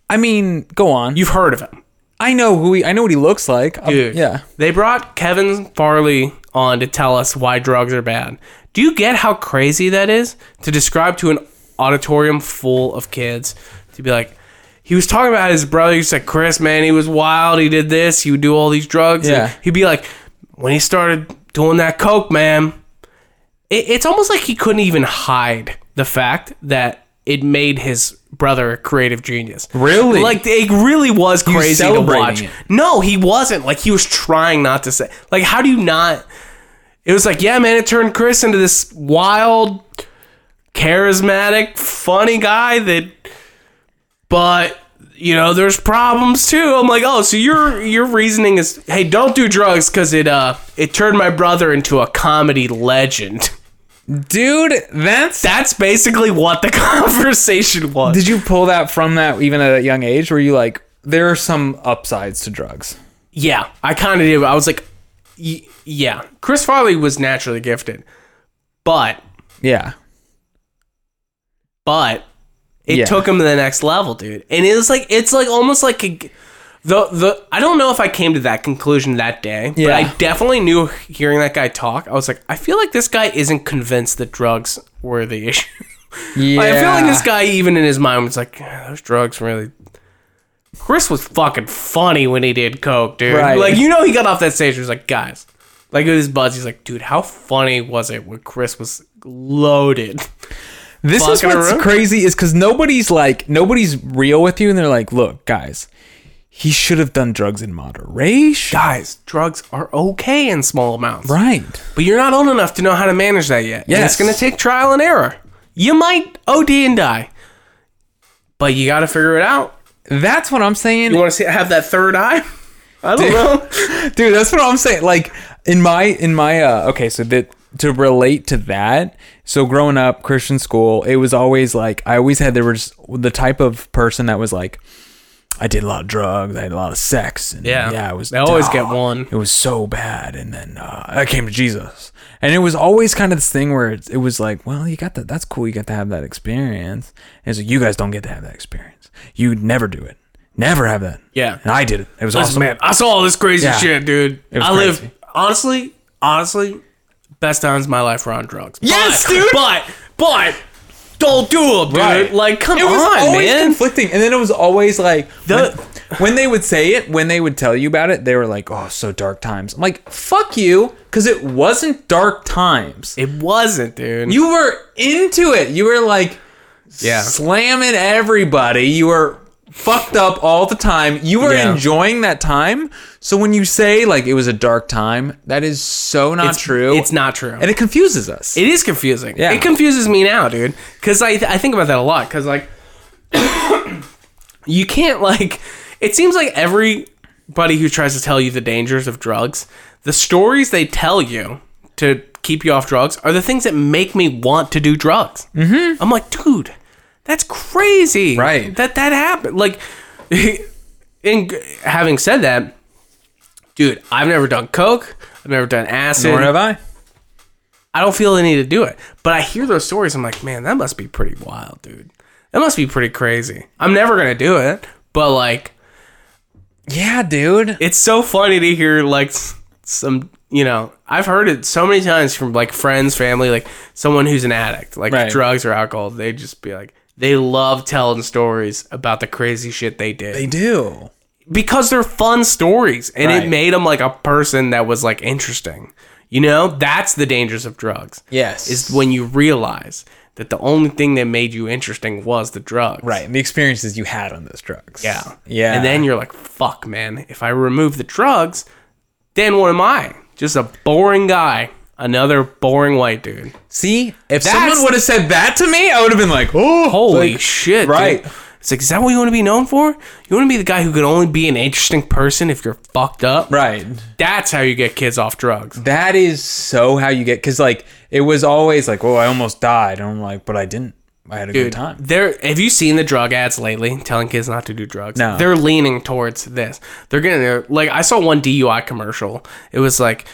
Speaker 4: I mean, go on.
Speaker 3: You've heard of him.
Speaker 4: I know who he. I know what he looks like. Um,
Speaker 3: Dude.
Speaker 4: yeah.
Speaker 3: They brought Kevin Farley on to tell us why drugs are bad. Do you get how crazy that is to describe to an auditorium full of kids to be like, he was talking about his brother. He said, Chris, man, he was wild. He did this. He would do all these drugs.
Speaker 4: Yeah.
Speaker 3: And he'd be like, when he started doing that coke, man, it, it's almost like he couldn't even hide the fact that it made his brother a creative genius.
Speaker 4: Really?
Speaker 3: Like it really was crazy to
Speaker 4: celebrating
Speaker 3: watch.
Speaker 4: it.
Speaker 3: No, he wasn't. Like he was trying not to say. Like how do you not? It was like yeah, man. It turned Chris into this wild, charismatic, funny guy that, but. You know, there's problems too. I'm like, oh, so your your reasoning is, hey, don't do drugs because it uh it turned my brother into a comedy legend.
Speaker 4: Dude, that's.
Speaker 3: That's basically what the conversation was.
Speaker 4: Did you pull that from that even at a young age? Were you like, there are some upsides to drugs?
Speaker 3: yeah, I kind of did. I was like, y- yeah, Chris Farley was naturally gifted, but
Speaker 4: Yeah.
Speaker 3: but it
Speaker 4: Yeah.
Speaker 3: took him to the next level, dude. And it was like it's like almost like a g the the I don't know if I came to that conclusion that day, but
Speaker 4: Yeah.
Speaker 3: I definitely knew hearing that guy talk. I was like, I feel like this guy isn't convinced that drugs were the issue.
Speaker 4: Yeah.
Speaker 3: Like, I feel like this guy, even in his mind, was like, "Yeah, those drugs really. Chris was fucking funny when he did coke, dude.
Speaker 4: Right.
Speaker 3: Like you know, he got off that stage. He was like, guys, like with his buds, he's like, dude, how funny was it when Chris was loaded?
Speaker 4: This is
Speaker 3: Fuck in a
Speaker 4: what's
Speaker 3: room?
Speaker 4: crazy is because nobody's like nobody's real with you, and they're like, "Look, guys, he should have done drugs in moderation."
Speaker 3: Guys, drugs are okay in small amounts.
Speaker 4: Right?
Speaker 3: But you're not old enough to know how to manage that yet. Yeah,
Speaker 4: Yes.
Speaker 3: it's going to take trial and error. You might OD and die, but you got to figure it out.
Speaker 4: That's what I'm saying.
Speaker 3: You want to have that third eye? I don't know.
Speaker 4: dude that's what i'm saying like in my in my uh okay so that to relate to that so growing up christian school it was always like i always had there was the type of person that was like i did a lot of drugs i had a lot of sex and
Speaker 3: Yeah.
Speaker 4: yeah i was
Speaker 3: They always get one.
Speaker 4: it was so bad and then uh, i came to jesus and it was always kind of this thing where it, it was like well you got that that's cool you got to have that experience and it's like you guys don't get to have that experience you never do it never have that
Speaker 3: Yeah.
Speaker 4: and i did it it was
Speaker 3: Listen,
Speaker 4: awesome
Speaker 3: Oh, man, I saw all this crazy
Speaker 4: Yeah.
Speaker 3: shit, dude.
Speaker 4: It was
Speaker 3: I
Speaker 4: crazy.
Speaker 3: live honestly, honestly, best times of my life were on drugs.
Speaker 4: Yes,
Speaker 3: But-
Speaker 4: dude!
Speaker 3: But but don't do them, dude. Like, come
Speaker 4: it
Speaker 3: on,
Speaker 4: was always
Speaker 3: man.
Speaker 4: conflicting, and then it was always like
Speaker 3: The-
Speaker 4: when, when they would say it, when they would tell you about it, they were like, "Oh, so dark times." I'm like, "Fuck you," because it wasn't dark times.
Speaker 3: it wasn't, dude.
Speaker 4: You were into it. You were like
Speaker 3: yeah.
Speaker 4: slamming everybody. You were fucked up all the time. You were
Speaker 3: Yeah.
Speaker 4: enjoying that time. So when you say like it was a dark time, that is so not true.
Speaker 3: It's not true.
Speaker 4: and it confuses us.
Speaker 3: It is confusing.
Speaker 4: Yeah.
Speaker 3: It confuses me now, dude. Because I, I think about that a lot. Because, like, you can't, like, it seems like everybody who tries to tell you the dangers of drugs, the stories they tell you to keep you off drugs are the things that make me want to do drugs. Mm-hmm. I'm like, dude, that's crazy.
Speaker 4: Right.
Speaker 3: That that happened. Like, in, having said that, dude, I've never done coke. I've never done acid.
Speaker 4: Nor have I.
Speaker 3: I don't feel the need to do it. But I hear those stories. I'm like, man, that must be pretty wild, dude. That must be pretty crazy. I'm never gonna do it, but like,
Speaker 4: Yeah, dude.
Speaker 3: it's so funny to hear like s- some, you know, I've heard it so many times from like friends, family, like someone who's an addict, like
Speaker 4: Right.
Speaker 3: drugs or alcohol. They just be like, they love telling stories about the crazy shit they did
Speaker 4: They do.
Speaker 3: because they're fun stories and
Speaker 4: Right.
Speaker 3: it made them like a person that was like interesting you know that's the dangers of drugs
Speaker 4: Yes.
Speaker 3: is when you realize that the only thing that made you interesting was the drugs
Speaker 4: Right. and The experiences you had on those drugs.
Speaker 3: yeah
Speaker 4: Yeah.
Speaker 3: and then you're like fuck man if i remove the drugs then what am i just a boring guy another boring white dude
Speaker 4: see, if
Speaker 3: That's-
Speaker 4: someone would have said that to me, I would have been like, oh,
Speaker 3: holy
Speaker 4: like,
Speaker 3: shit
Speaker 4: right.
Speaker 3: dude. it's like is that what you want to be known for you want to be the guy who could only be an interesting person if you're fucked up
Speaker 4: Right.
Speaker 3: that's how you get kids off drugs
Speaker 4: That is so how you get, because like, it was always like, oh, I almost died. And I'm like, but I didn't. I had a good
Speaker 3: Dude,
Speaker 4: time.
Speaker 3: They're have you seen the drug ads lately telling kids not to do drugs?
Speaker 4: No.
Speaker 3: They're leaning towards this. They're gonna like I saw one DUI commercial. It was like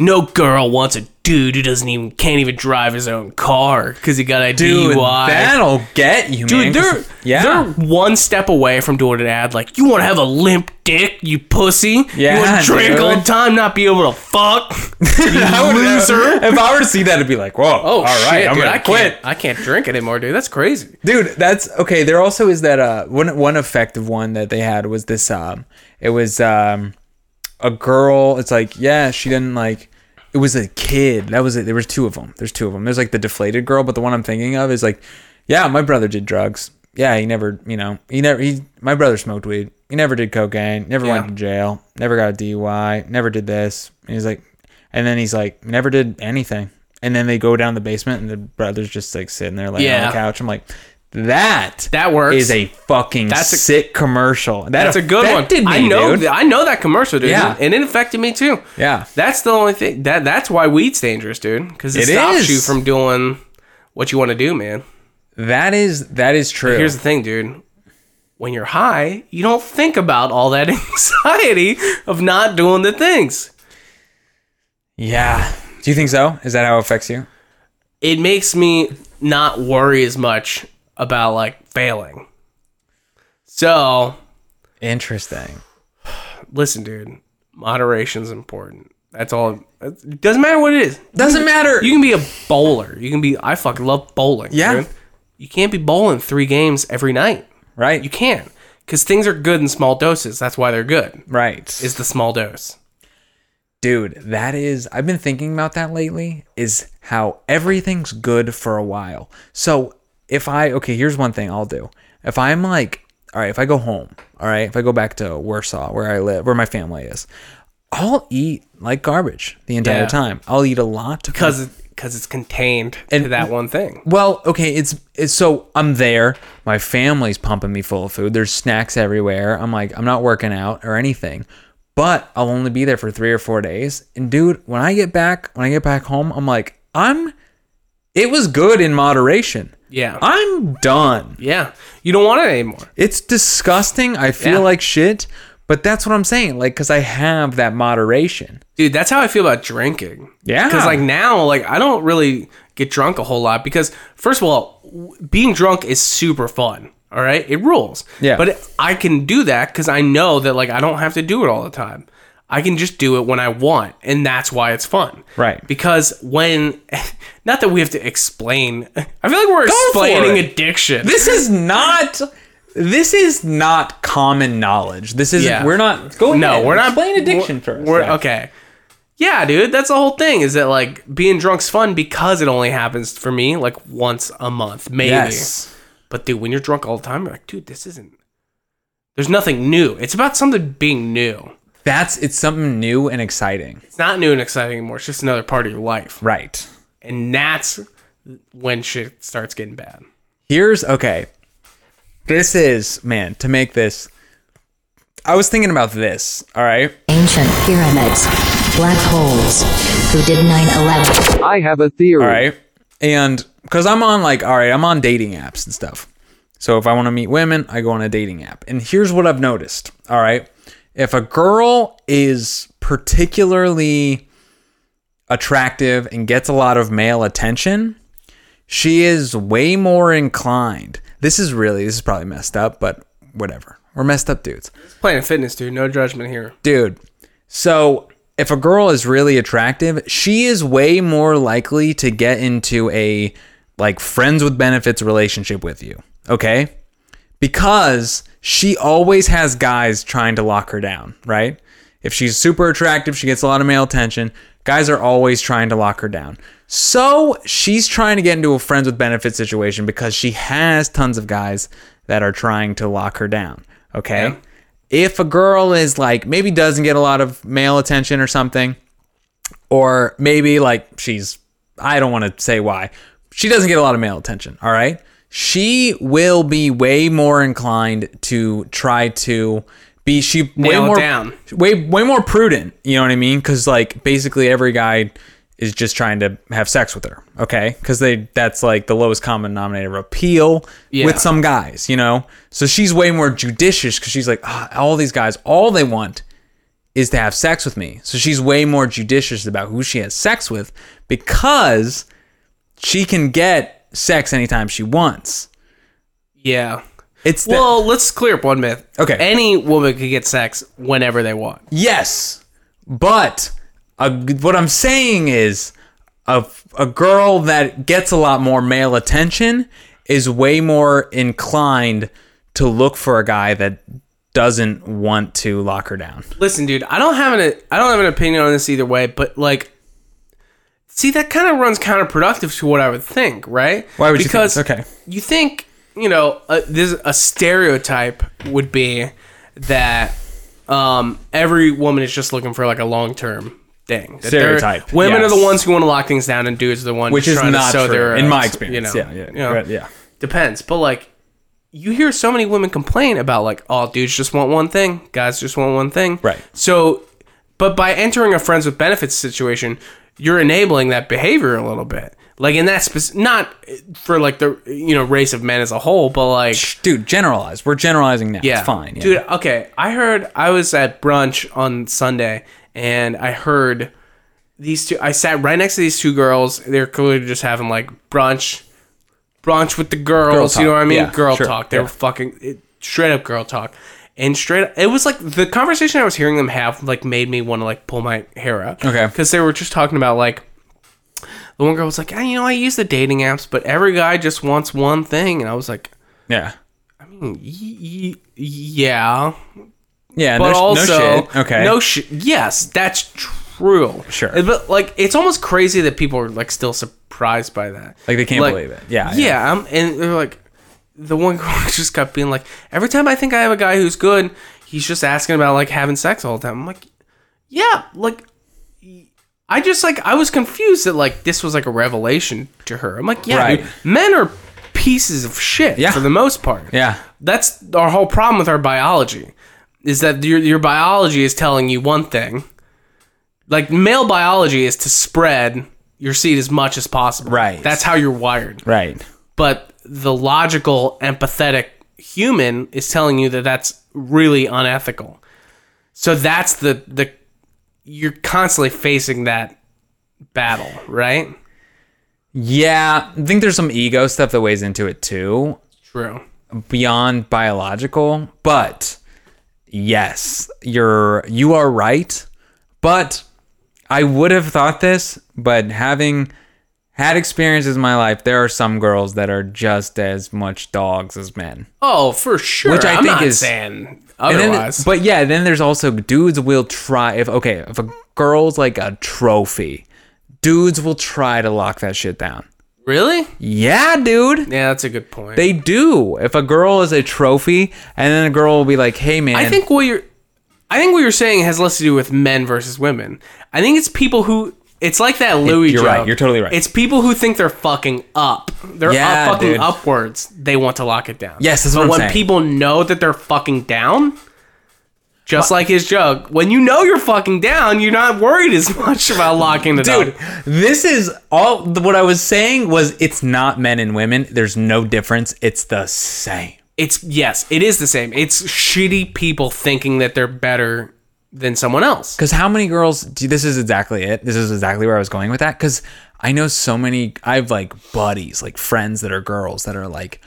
Speaker 3: no girl wants a dude who doesn't even can't even drive his own car because he got a
Speaker 4: Dude,
Speaker 3: DUI.
Speaker 4: that'll get you, man,
Speaker 3: Dude,
Speaker 4: 'cause-
Speaker 3: they're
Speaker 4: yeah.
Speaker 3: they're one step away from doing an ad like you want to have a limp dick, you pussy.
Speaker 4: Yeah,
Speaker 3: you want to drink all the
Speaker 4: dude.
Speaker 3: time, not be able to fuck.
Speaker 4: I
Speaker 3: you
Speaker 4: would've-
Speaker 3: loser.
Speaker 4: If I were to see that, it'd be like, whoa,
Speaker 3: Oh
Speaker 4: all right,
Speaker 3: shit,
Speaker 4: I'm
Speaker 3: dude,
Speaker 4: gonna
Speaker 3: I
Speaker 4: quit.
Speaker 3: Can't, I can't drink anymore, dude. That's crazy.
Speaker 4: dude that's okay there also is that uh one one effective one that they had was this um it was um a girl it's like yeah she didn't like it was a kid that was it there was two of them there's two of them there's like the deflated girl but the one i'm thinking of is like yeah my brother did drugs yeah he never you know he never he my brother smoked weed he never did cocaine never went
Speaker 3: Yeah.
Speaker 4: to jail never got a dui never did this and he's like and then he's like never did anything and then they go down the basement and the brother's just like sitting there like on
Speaker 3: Yeah.
Speaker 4: the couch i'm like that
Speaker 3: That works.
Speaker 4: is a fucking
Speaker 3: That's a-
Speaker 4: sick commercial. That
Speaker 3: That's a good one.
Speaker 4: affected Me,
Speaker 3: I know.
Speaker 4: dude.
Speaker 3: th- I know that commercial, dude.
Speaker 4: Yeah.
Speaker 3: and it affected me too.
Speaker 4: Yeah.
Speaker 3: that's the only thing that that's why weed's dangerous, dude. Because it,
Speaker 4: It
Speaker 3: stops
Speaker 4: is.
Speaker 3: you from doing what you want to do, man.
Speaker 4: That is that is true.
Speaker 3: Here's the thing, dude. When you're high, you don't think about all that anxiety of not doing the things.
Speaker 4: yeah. Do you think so? Is that how it affects you?
Speaker 3: It makes me not worry as much about like failing. So
Speaker 4: Interesting.
Speaker 3: listen, dude. Moderation's important. That's all. It doesn't matter what it is.
Speaker 4: Doesn't matter.
Speaker 3: You can be a bowler. You can be. I fucking love bowling.
Speaker 4: Yeah.
Speaker 3: dude. You can't be bowling three games every night.
Speaker 4: right.
Speaker 3: You can't because things are good in small doses. That's why they're good.
Speaker 4: right.
Speaker 3: Is the small dose.
Speaker 4: Dude, that is I've been thinking about that lately is how everything's good for a while. So if I okay, here's one thing I'll do. If I'm like, all right, if I go home, all right, if I go back to Warsaw where I live, where my family is, I'll eat like garbage the entire
Speaker 3: Yeah.
Speaker 4: time. I'll eat a lot to
Speaker 3: because because it's contained to
Speaker 4: And-
Speaker 3: that one thing.
Speaker 4: Well, okay, it's, it's so I'm there. My family's pumping me full of food. There's snacks everywhere. I'm like, I'm not working out or anything, but I'll only be there for three or four days. And dude, when I get back, when I get back home, I'm like, I'm. It was good in moderation.
Speaker 3: Yeah.
Speaker 4: I'm done.
Speaker 3: Yeah, you don't want it anymore.
Speaker 4: It's disgusting. I feel
Speaker 3: Yeah.
Speaker 4: like shit, but that's what I'm saying. Like, cause I have that moderation.
Speaker 3: Dude, that's how I feel about drinking.
Speaker 4: Yeah.
Speaker 3: Because, like, now, like, I don't really get drunk a whole lot because, first of all, w- being drunk is super fun. All right. It rules.
Speaker 4: Yeah.
Speaker 3: But I can do that because I know that, like, I don't have to do it all the time. I can just do it when I want. And that's why it's fun.
Speaker 4: Right.
Speaker 3: Because when, not that we have to explain, I feel like we're
Speaker 4: for
Speaker 3: explaining
Speaker 4: it.
Speaker 3: addiction.
Speaker 4: This is not. This is not common knowledge. This is
Speaker 3: Yeah.
Speaker 4: not we're not. Go
Speaker 3: no,
Speaker 4: ahead.
Speaker 3: we're not
Speaker 4: explain addiction
Speaker 3: we're-
Speaker 4: 1st
Speaker 3: We're okay. Yeah, dude, that's the whole thing. Is that like being drunk's fun because it only happens for me like once a month, maybe.
Speaker 4: Yes.
Speaker 3: But dude, when you're drunk all the time, you're like, dude, this isn't. There's nothing new. It's about something being new.
Speaker 4: That's it's something new and exciting.
Speaker 3: It's not new and exciting anymore. It's just another part of your life,
Speaker 4: Right.
Speaker 3: and that's when shit starts getting bad.
Speaker 4: Here's okay. This is man to make this. I was thinking about this. All right.
Speaker 1: Ancient pyramids. Black holes. Who did 9 11?
Speaker 6: I have a theory.
Speaker 4: All right. And because I'm on like, all right, I'm on dating apps and stuff. So if I want to meet women, I go on a dating app. And here's what I've noticed. All right. If a girl is particularly attractive and gets a lot of male attention, she is way more inclined. This is really, this is probably messed up, but whatever. We're messed up dudes
Speaker 3: It's Planet Fitness, dude. No judgment here.
Speaker 4: dude. So if a girl is really attractive, she is way more likely to get into a like friends with benefits relationship with you. Okay? Because she always has guys trying to lock her down, right? If she's super attractive, she gets a lot of male attention. Guys are always trying to lock her down. So she's trying to get into a friends with benefits situation because she has tons of guys that are trying to lock her down. Okay? if a girl is like maybe doesn't get a lot of male attention or something or maybe like she's I don't want to say why. She doesn't get a lot of male attention, all right? She will be way more inclined to try to be she
Speaker 3: Nail
Speaker 4: way
Speaker 3: it
Speaker 4: more
Speaker 3: down.
Speaker 4: way way more prudent, you know what I mean? Cuz like basically every guy is just trying to have sex with her, okay? Cuz they that's like the lowest common denominator of appeal with some guys, you know? So she's way more judicious cuz she's like "Ah, all these guys all they want is to have sex with me. So she's way more judicious about who she has sex with because she can get sex anytime she wants.
Speaker 3: Yeah.
Speaker 4: It's the,
Speaker 3: Well, let's clear up one myth.
Speaker 4: Okay.
Speaker 3: Any woman can get sex whenever they want.
Speaker 4: yes, but uh what I'm saying is a, a girl that gets a lot more male attention is way more inclined to look for a guy that doesn't want to lock her down.
Speaker 3: Listen, dude, I don't have an I don't have an opinion on this either way, but like, see, that kind of runs counterproductive to what I would think, right?
Speaker 4: Why would you think
Speaker 3: because
Speaker 4: this? Okay.
Speaker 3: you think you know a, this a stereotype would be that um, every woman is just looking for like a long term thing. That they're-
Speaker 4: Stereotype,
Speaker 3: Women are the
Speaker 4: yes.
Speaker 3: ones who want to lock things down, and dudes are the ones
Speaker 4: Which is
Speaker 3: trying
Speaker 4: not
Speaker 3: to sow
Speaker 4: true,
Speaker 3: their
Speaker 4: in my
Speaker 3: oats,
Speaker 4: experience.
Speaker 3: You know,
Speaker 4: Yeah, yeah,
Speaker 3: you know?
Speaker 4: right, yeah.
Speaker 3: Depends, but like you hear so many women complain about like all dudes just want one thing guys just want one thing
Speaker 4: Right.
Speaker 3: so but by entering a friends with benefits situation you're enabling that behavior a little bit like in that spec- not for like the you know race of men as a whole but like
Speaker 4: Dude, generalize. We're generalizing now.
Speaker 3: yeah
Speaker 4: It's fine. yeah.
Speaker 3: dude okay i heard i was at brunch on sunday and i heard these two i sat right next to these two girls they're clearly just having like brunch brunch with the girls
Speaker 4: Girl
Speaker 3: you know what i
Speaker 4: talk,
Speaker 3: mean
Speaker 4: yeah,
Speaker 3: girl
Speaker 4: sure,
Speaker 3: talk they
Speaker 4: yeah.
Speaker 3: were fucking it, straight up girl talk and straight up, it was like the conversation i was hearing them have like made me want to like pull my hair out
Speaker 4: Okay.
Speaker 3: because they were just talking about like the one girl was like, "Ah, you know, I use the dating apps, but every guy just wants one thing. And I was like,
Speaker 4: Yeah.
Speaker 3: "Y- y- yeah,
Speaker 4: Yeah,
Speaker 3: but
Speaker 4: no, sh-
Speaker 3: also
Speaker 4: no shit. Okay.
Speaker 3: no shit. Yes, that's true.
Speaker 4: Sure.
Speaker 3: Uh, but like it's almost crazy that people are like still sup- surprised by that.
Speaker 4: Like, they can't believe it. Yeah,
Speaker 3: Yeah. I'm, and they're like, the one girl just kept being like, every time I think I have a guy who's good, he's just asking about like having sex all the time. I'm like, yeah, like. I just like I was confused that like this was like a revelation to her. I'm like, yeah,
Speaker 4: Right.
Speaker 3: dude, men are pieces of shit
Speaker 4: Yeah.
Speaker 3: for the most part.
Speaker 4: Yeah.
Speaker 3: That's our whole problem with our biology is that your your biology is telling you one thing. Like male biology is to spread your seed as much as possible.
Speaker 4: Right.
Speaker 3: That's how you're wired.
Speaker 4: Right.
Speaker 3: But the logical, empathetic human is telling you that that's really unethical. So that's the the you're constantly facing that battle, right?
Speaker 4: Yeah. I think there's some ego stuff that weighs into it too,
Speaker 3: True.
Speaker 4: beyond biological. But yes, you're you are right. But I would have thought this, but having had experiences in my life, there are some girls that are just as much dogs as men.
Speaker 3: Oh, for sure.
Speaker 4: Which I
Speaker 3: I'm
Speaker 4: think
Speaker 3: not
Speaker 4: is-
Speaker 3: saying
Speaker 4: And then-
Speaker 3: otherwise.
Speaker 4: but yeah, then there's also dudes will try if okay, if a girl's like a trophy, dudes will try to lock that shit down.
Speaker 3: really?
Speaker 4: Yeah, dude.
Speaker 3: Yeah, that's a good point.
Speaker 4: They do. If a girl is a trophy, and then a girl will be like, "Hey, man."
Speaker 3: I think what you're, I think what you're saying has less to do with men versus women. I think it's people who. It's like that Louis.
Speaker 4: you're
Speaker 3: joke.
Speaker 4: right, you're totally right.
Speaker 3: It's people who think they're fucking up. They're
Speaker 4: Yeah,
Speaker 3: up, fucking
Speaker 4: dude.
Speaker 3: upwards. They want to lock it down.
Speaker 4: Yes, that's
Speaker 3: but
Speaker 4: what I'm
Speaker 3: when
Speaker 4: saying.
Speaker 3: people know that they're fucking down, just like his joke, when you know you're fucking down, you're not worried as much about locking it
Speaker 4: dude,
Speaker 3: up.
Speaker 4: this is all what I was saying was it's not men and women. There's no difference. It's the same.
Speaker 3: It's yes, it is the same. It's shitty people thinking that they're better than someone else.
Speaker 4: Because how many girls? Do, this is exactly it. This is exactly where I was going with that. Because I know so many. I have like buddies, like friends that are girls that are like,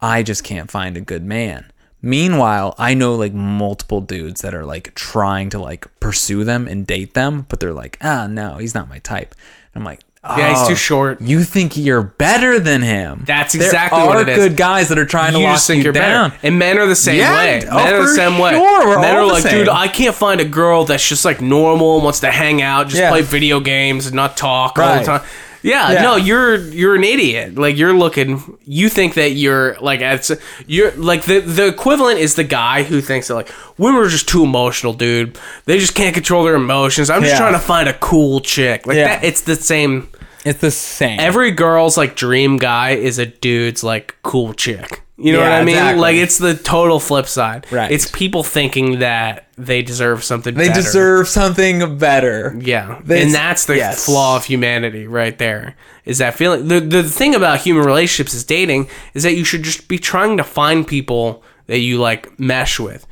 Speaker 4: I just can't find a good man. Meanwhile, I know like multiple dudes that are like trying to like pursue them and date them, but they're like, ah, no, he's not my type. And I'm like, oh,
Speaker 3: Yeah, he's too short.
Speaker 4: You think you're better than him?
Speaker 3: That's exactly what it is.
Speaker 4: good guys that are trying to
Speaker 3: you
Speaker 4: lock
Speaker 3: just think
Speaker 4: you
Speaker 3: you're
Speaker 4: down.
Speaker 3: better. And men are the same
Speaker 4: Yeah,
Speaker 3: way. Men
Speaker 4: oh,
Speaker 3: are the
Speaker 4: for
Speaker 3: same way.
Speaker 4: sure, we're
Speaker 3: men
Speaker 4: all
Speaker 3: are
Speaker 4: the
Speaker 3: like,
Speaker 4: same.
Speaker 3: dude, I can't find a girl that's just like normal and wants to hang out, just
Speaker 4: Yeah.
Speaker 3: play video games and not talk all
Speaker 4: Right.
Speaker 3: the time. Yeah,
Speaker 4: Yeah.
Speaker 3: no, you're you're an idiot. Like you're looking, you think that you're like it's you're like the the equivalent is the guy who thinks that like women are just too emotional, dude. They just can't control their emotions. I'm just
Speaker 4: Yeah.
Speaker 3: trying to find a cool chick. Like
Speaker 4: Yeah.
Speaker 3: that, it's the same.
Speaker 4: It's the same.
Speaker 3: Every girl's like dream guy is a dude's like cool chick. You know
Speaker 4: Yeah,
Speaker 3: what I mean?
Speaker 4: exactly.
Speaker 3: Like it's the total flip side.
Speaker 4: Right.
Speaker 3: It's people thinking that they deserve something.
Speaker 4: they
Speaker 3: better.
Speaker 4: deserve something better.
Speaker 3: Yeah,
Speaker 4: They-
Speaker 3: and that's the
Speaker 4: yes.
Speaker 3: flaw of humanity right there. Is that feeling? The the thing about human relationships is dating is that you should just be trying to find people that you like mesh with.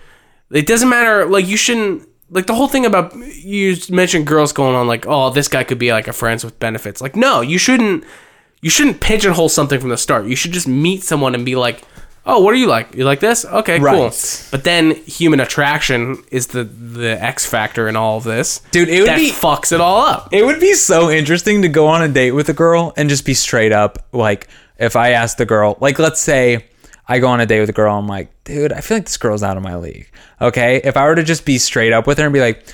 Speaker 3: It doesn't matter. Like you shouldn't. Like the whole thing about you mentioned girls going on like, oh, this guy could be like a friends with benefits. Like, no, you shouldn't. You shouldn't pigeonhole something from the start. You should just meet someone and be like, oh, what are you like? You like this? Okay, cool.
Speaker 4: Right.
Speaker 3: But then human attraction is the the X factor in all of this
Speaker 4: Dude, it would
Speaker 3: that
Speaker 4: be-
Speaker 3: fucks it all up.
Speaker 4: It would be so interesting to go on a date with a girl and just be straight up like if I asked the girl, like let's say I go on a date with a girl, I'm like, dude, I feel like this girl's out of my league. Okay? If I were to just be straight up with her and be like,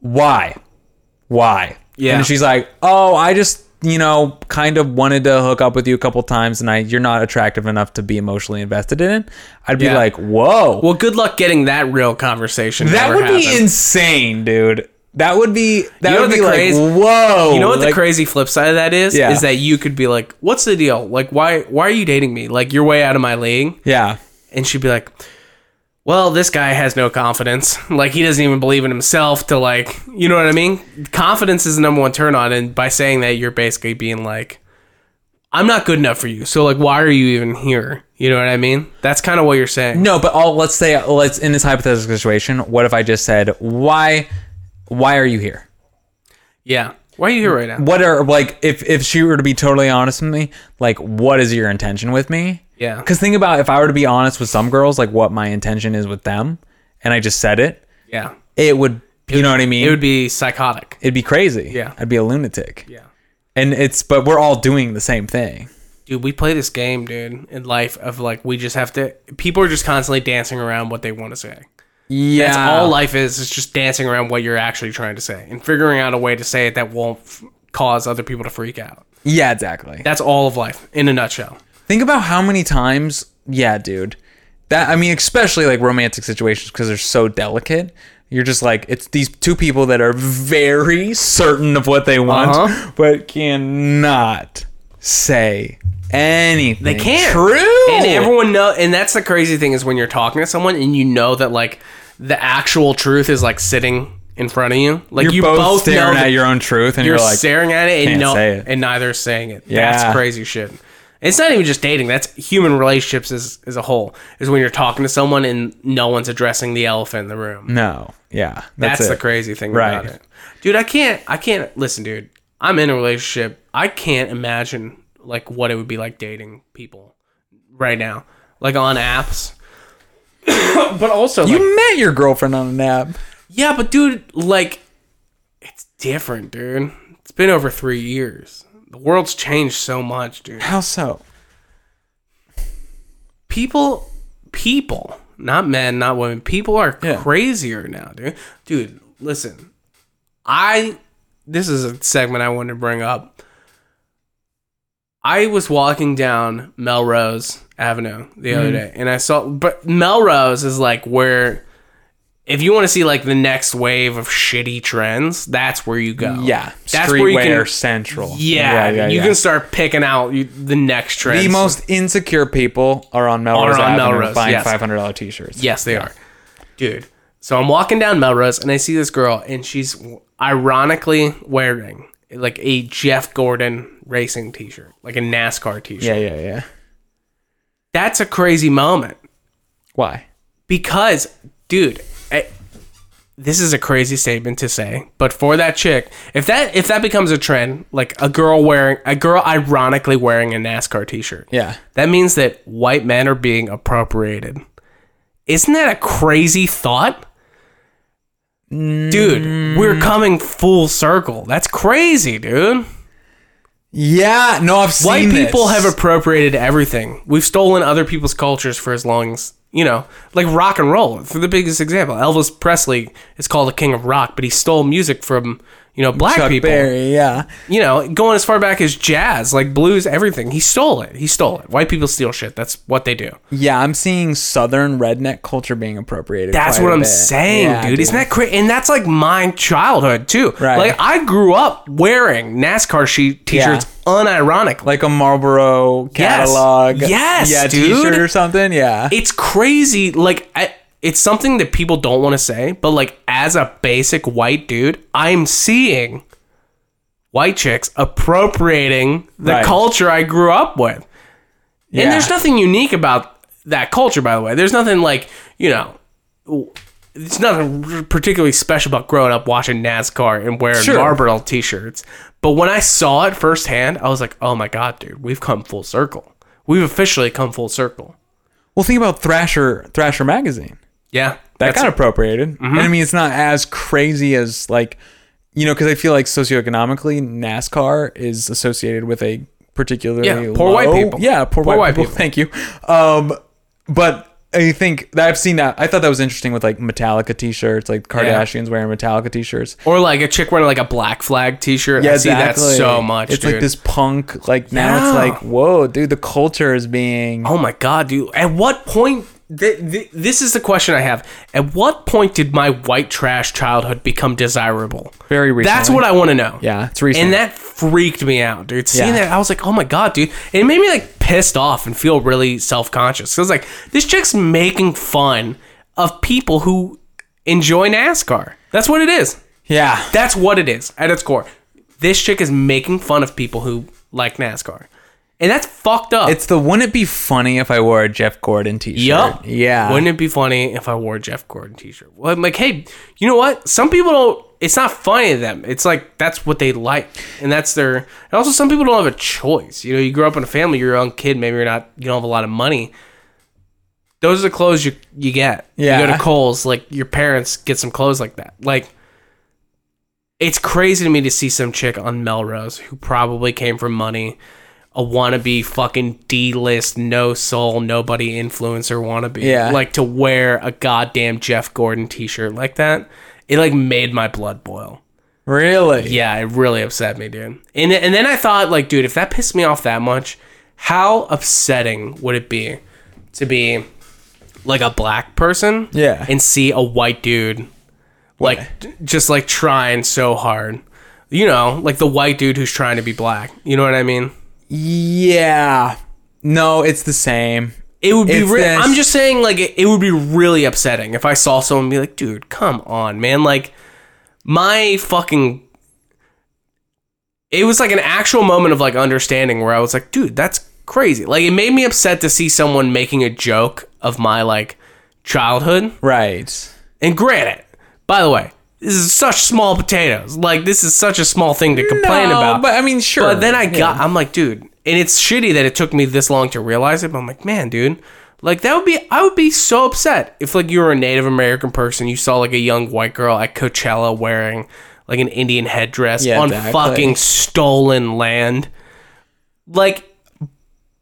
Speaker 4: "Why? Why?"
Speaker 3: Yeah.
Speaker 4: And she's like, "Oh, I just, you know, kind of wanted to hook up with you a couple times and I you're not attractive enough to be emotionally invested in it." I'd be
Speaker 3: Yeah.
Speaker 4: like, "Whoa."
Speaker 3: Well, good luck getting that real conversation. to
Speaker 4: that
Speaker 3: ever
Speaker 4: would be
Speaker 3: happen.
Speaker 4: insane, dude. That would be that
Speaker 3: You know
Speaker 4: would
Speaker 3: what
Speaker 4: be
Speaker 3: the
Speaker 4: like,
Speaker 3: crazy-
Speaker 4: "Whoa."
Speaker 3: You know what the
Speaker 4: like-
Speaker 3: crazy flip side of that is?
Speaker 4: Yeah.
Speaker 3: Is that you could be like, "What's the deal? Like, why why are you dating me? Like, you're way out of my league."
Speaker 4: Yeah.
Speaker 3: And she'd be like, "Well, this guy has no confidence. Like, he doesn't even believe in himself to like, you know what I mean? Confidence is the number one turn on, and by saying that, you're basically being like." I'm not good enough for you. So like why are you even here? You know what I mean? That's kind of what you're saying.
Speaker 4: No, but all let's say let's in this hypothetical situation, what if I just said, "Why why are you here?"
Speaker 3: Yeah. Why are you here right now?
Speaker 4: What are like if if she were to be totally honest with me, like what is your intention with me?
Speaker 3: Yeah.
Speaker 4: Cuz think about if I were to be honest with some girls like what my intention is with them and I just said it,
Speaker 3: Yeah.
Speaker 4: it would you know what I mean?
Speaker 3: It would be psychotic.
Speaker 4: It'd be crazy.
Speaker 3: Yeah.
Speaker 4: I'd be a lunatic.
Speaker 3: Yeah.
Speaker 4: And it's but we're all doing the same thing.
Speaker 3: Dude, we play this game, dude, in life of like we just have to people are just constantly dancing around what they want to say.
Speaker 4: Yeah.
Speaker 3: That's all life is, is just dancing around what you're actually trying to say and figuring out a way to say it that won't f- cause other people to freak out.
Speaker 4: Yeah, exactly.
Speaker 3: That's all of life in a nutshell.
Speaker 4: Think about how many times, yeah, dude. That I mean, especially like romantic situations because they're so delicate. You're just like it's these two people that are very certain of what they want,
Speaker 3: Uh-huh.
Speaker 4: but cannot say anything.
Speaker 3: They can't.
Speaker 4: True.
Speaker 3: And everyone know and that's the crazy thing is when you're talking to someone and you know that like the actual truth is like sitting in front of you. Like
Speaker 4: you're
Speaker 3: you
Speaker 4: both,
Speaker 3: both,
Speaker 4: staring
Speaker 3: know
Speaker 4: at
Speaker 3: that
Speaker 4: your own truth, and
Speaker 3: you're
Speaker 4: you're, like,
Speaker 3: staring at it
Speaker 4: "Can't
Speaker 3: and no
Speaker 4: say it."
Speaker 3: and neither is saying it.
Speaker 4: Yeah.
Speaker 3: That's crazy shit. It's not even just dating, that's human relationships as, as a whole. Is when you're talking to someone and no one's addressing the elephant in the room.
Speaker 4: no, yeah, Mm, that's,
Speaker 3: That's, the
Speaker 4: it.
Speaker 3: crazy thing about
Speaker 4: Right.
Speaker 3: it. Dude, I can't I can't listen, dude. I'm in a relationship. I can't imagine like what it would be like dating people right now. Like on apps. but also like,
Speaker 4: You met your girlfriend on an app.
Speaker 3: Yeah, but dude, like it's different, dude. It's been over 3 years. The world's changed so much, dude.
Speaker 4: How so?
Speaker 3: People people, not men, not women, people are
Speaker 4: Yeah.
Speaker 3: crazier now, dude. Dude, listen. I this is a segment I wanted to bring up. I was walking down Melrose Avenue the
Speaker 4: Mm-hmm.
Speaker 3: other day and I saw but Melrose is like where if you want to see like the next wave of shitty trends, that's where you go.
Speaker 4: Yeah,
Speaker 3: Oh. That's where you
Speaker 4: streetwear
Speaker 3: can
Speaker 4: central.
Speaker 3: Yeah, you
Speaker 4: yeah.
Speaker 3: can start picking out you, the next trend.
Speaker 4: The most insecure people are on Melrose
Speaker 3: Are on
Speaker 4: Avenue
Speaker 3: Melrose,
Speaker 4: buying
Speaker 3: yes.
Speaker 4: five hundred dollar t-shirts.
Speaker 3: Yes, they are. Dude. So I'm walking down Melrose and I see this girl and she's ironically wearing like a Jeff Gordon racing t-shirt, like a NASCAR t-shirt.
Speaker 4: yeah, yeah, yeah.
Speaker 3: That's a crazy moment
Speaker 4: Why?
Speaker 3: because dude, I, this is a crazy statement to say, but for that chick, if that if that becomes a trend, like a girl wearing a girl ironically wearing a NASCAR t-shirt.
Speaker 4: Yeah,
Speaker 3: That means that white men are being appropriated. Isn't that a crazy thought? Dude, we're coming full circle. That's crazy, dude.
Speaker 4: yeah. No, I've seen
Speaker 3: White
Speaker 4: this.
Speaker 3: people have appropriated everything. We've stolen other people's cultures for as long as, you know, like rock and roll. For the biggest example, Elvis Presley is called the king of rock, but he stole music from, you know, black
Speaker 4: Chuck
Speaker 3: people.
Speaker 4: Berry. Yeah,
Speaker 3: You know, going as far back as jazz, like blues, everything. He stole it. He stole it. White people steal shit. That's what they do.
Speaker 4: yeah. I'm seeing Southern redneck culture being appropriated.
Speaker 3: That's
Speaker 4: quite
Speaker 3: what
Speaker 4: a
Speaker 3: I'm
Speaker 4: bit.
Speaker 3: saying,
Speaker 4: Yeah,
Speaker 3: dude. Isn't that crazy? And that's like my childhood too.
Speaker 4: Right.
Speaker 3: Like I grew up wearing NASCAR sheet t-shirts unironically.
Speaker 4: like a Marlboro catalog?
Speaker 3: Yes,
Speaker 4: yeah,
Speaker 3: dude.
Speaker 4: t-shirt or something. Yeah,
Speaker 3: it's crazy. Like I, it's something that people don't want to say, but like as a basic white dude, I'm seeing white chicks appropriating the
Speaker 4: Right.
Speaker 3: culture I grew up with.
Speaker 4: yeah.
Speaker 3: And there's nothing unique about that culture, by the way. There's nothing like, you know, it's nothing particularly special about growing up watching NASCAR and wearing
Speaker 4: Sure.
Speaker 3: Marlboro t shirts. But when I saw it firsthand, I was like, oh my God, dude, we've come full circle. We've officially come full circle.
Speaker 4: Well, think about Thrasher. Thrasher magazine.
Speaker 3: Yeah.
Speaker 4: that
Speaker 3: that's- Mm-hmm.
Speaker 4: got appropriated. And I mean, it's not as crazy as like, you know, because I feel like socioeconomically, NASCAR is associated with a particularly
Speaker 3: Yeah, poor white
Speaker 4: low-
Speaker 3: people.
Speaker 4: Yeah, poor, white, people. Thank you. Um, but I think that I've seen that. I thought that was interesting with like Metallica T-shirts, like Kardashians wearing Metallica T-shirts.
Speaker 3: Or like a chick wearing like a black flag t shirt. I see that so much.
Speaker 4: It's like
Speaker 3: dude.
Speaker 4: this punk. Like now,
Speaker 3: Yeah.
Speaker 4: it's like whoa, dude. The culture is being.
Speaker 3: Oh my god, dude! At what point? Th- th- this is the question I have. At what point did my white trash childhood become desirable?
Speaker 4: Very
Speaker 3: That's
Speaker 4: recently.
Speaker 3: what I want to know.
Speaker 4: Yeah, it's recent.
Speaker 3: And that freaked me out, dude. Seeing
Speaker 4: Yeah.
Speaker 3: that, I was like, oh my god, dude! And it made me like pissed off and feel really self conscious. Cause like this chick's making fun of people who enjoy NASCAR. That's what it is.
Speaker 4: yeah.
Speaker 3: That's what it is at its core. This chick is making fun of people who like NASCAR, and that's fucked up.
Speaker 4: It's the wouldn't it be funny if I wore a Jeff Gordon t-shirt?
Speaker 3: Yup.
Speaker 4: Yeah.
Speaker 3: Wouldn't it be funny if I wore a Jeff Gordon t-shirt? Well, I'm like, hey, you know what? Some people don't. It's not funny to them. It's like that's what they like, and that's their. And also, some people don't have a choice. You know, you grow up in a family. You're a young kid. Maybe you're not. You don't have a lot of money. Those are the clothes you you get. You go
Speaker 4: Yeah.
Speaker 3: to Kohl's. Like your parents get some clothes like that. Like. It's crazy to me to see some chick on Melrose who probably came from money a wannabe fucking D list, no soul, nobody influencer wannabe.
Speaker 4: Yeah.
Speaker 3: Like to wear a goddamn Jeff Gordon t shirt like that, it like made my blood boil.
Speaker 4: Really?
Speaker 3: Yeah, it really upset me, dude. And and then I thought, like, dude, if that pissed me off that much, how upsetting would it be to be like a black person,
Speaker 4: Yeah.
Speaker 3: and see a white dude like d- just like trying so hard, you know, like the white dude who's trying to be black. You know what I mean?
Speaker 4: Yeah. No, it's the same.
Speaker 3: It would be.
Speaker 4: It's
Speaker 3: Re-
Speaker 4: this-
Speaker 3: I'm just saying, like, it, it would be really upsetting if I saw someone be like, "Dude, come on, man!" Like, my fucking. It was like an actual moment of like understanding where I was like, "Dude, that's crazy!" Like, it made me upset to see someone making a joke of my like childhood.
Speaker 4: Right.
Speaker 3: And granted, by the way, this is such small potatoes. Like, this is such a small thing to complain
Speaker 4: No,
Speaker 3: about.
Speaker 4: But I mean, sure.
Speaker 3: But then I got, I'm like, dude, and it's shitty that it took me this long to realize it. But I'm like, man, dude, like that would be, I would be so upset if like you were a Native American person, you saw like a young white girl at Coachella wearing like an Indian headdress
Speaker 4: Yeah,
Speaker 3: on
Speaker 4: exactly.
Speaker 3: fucking stolen land. Like,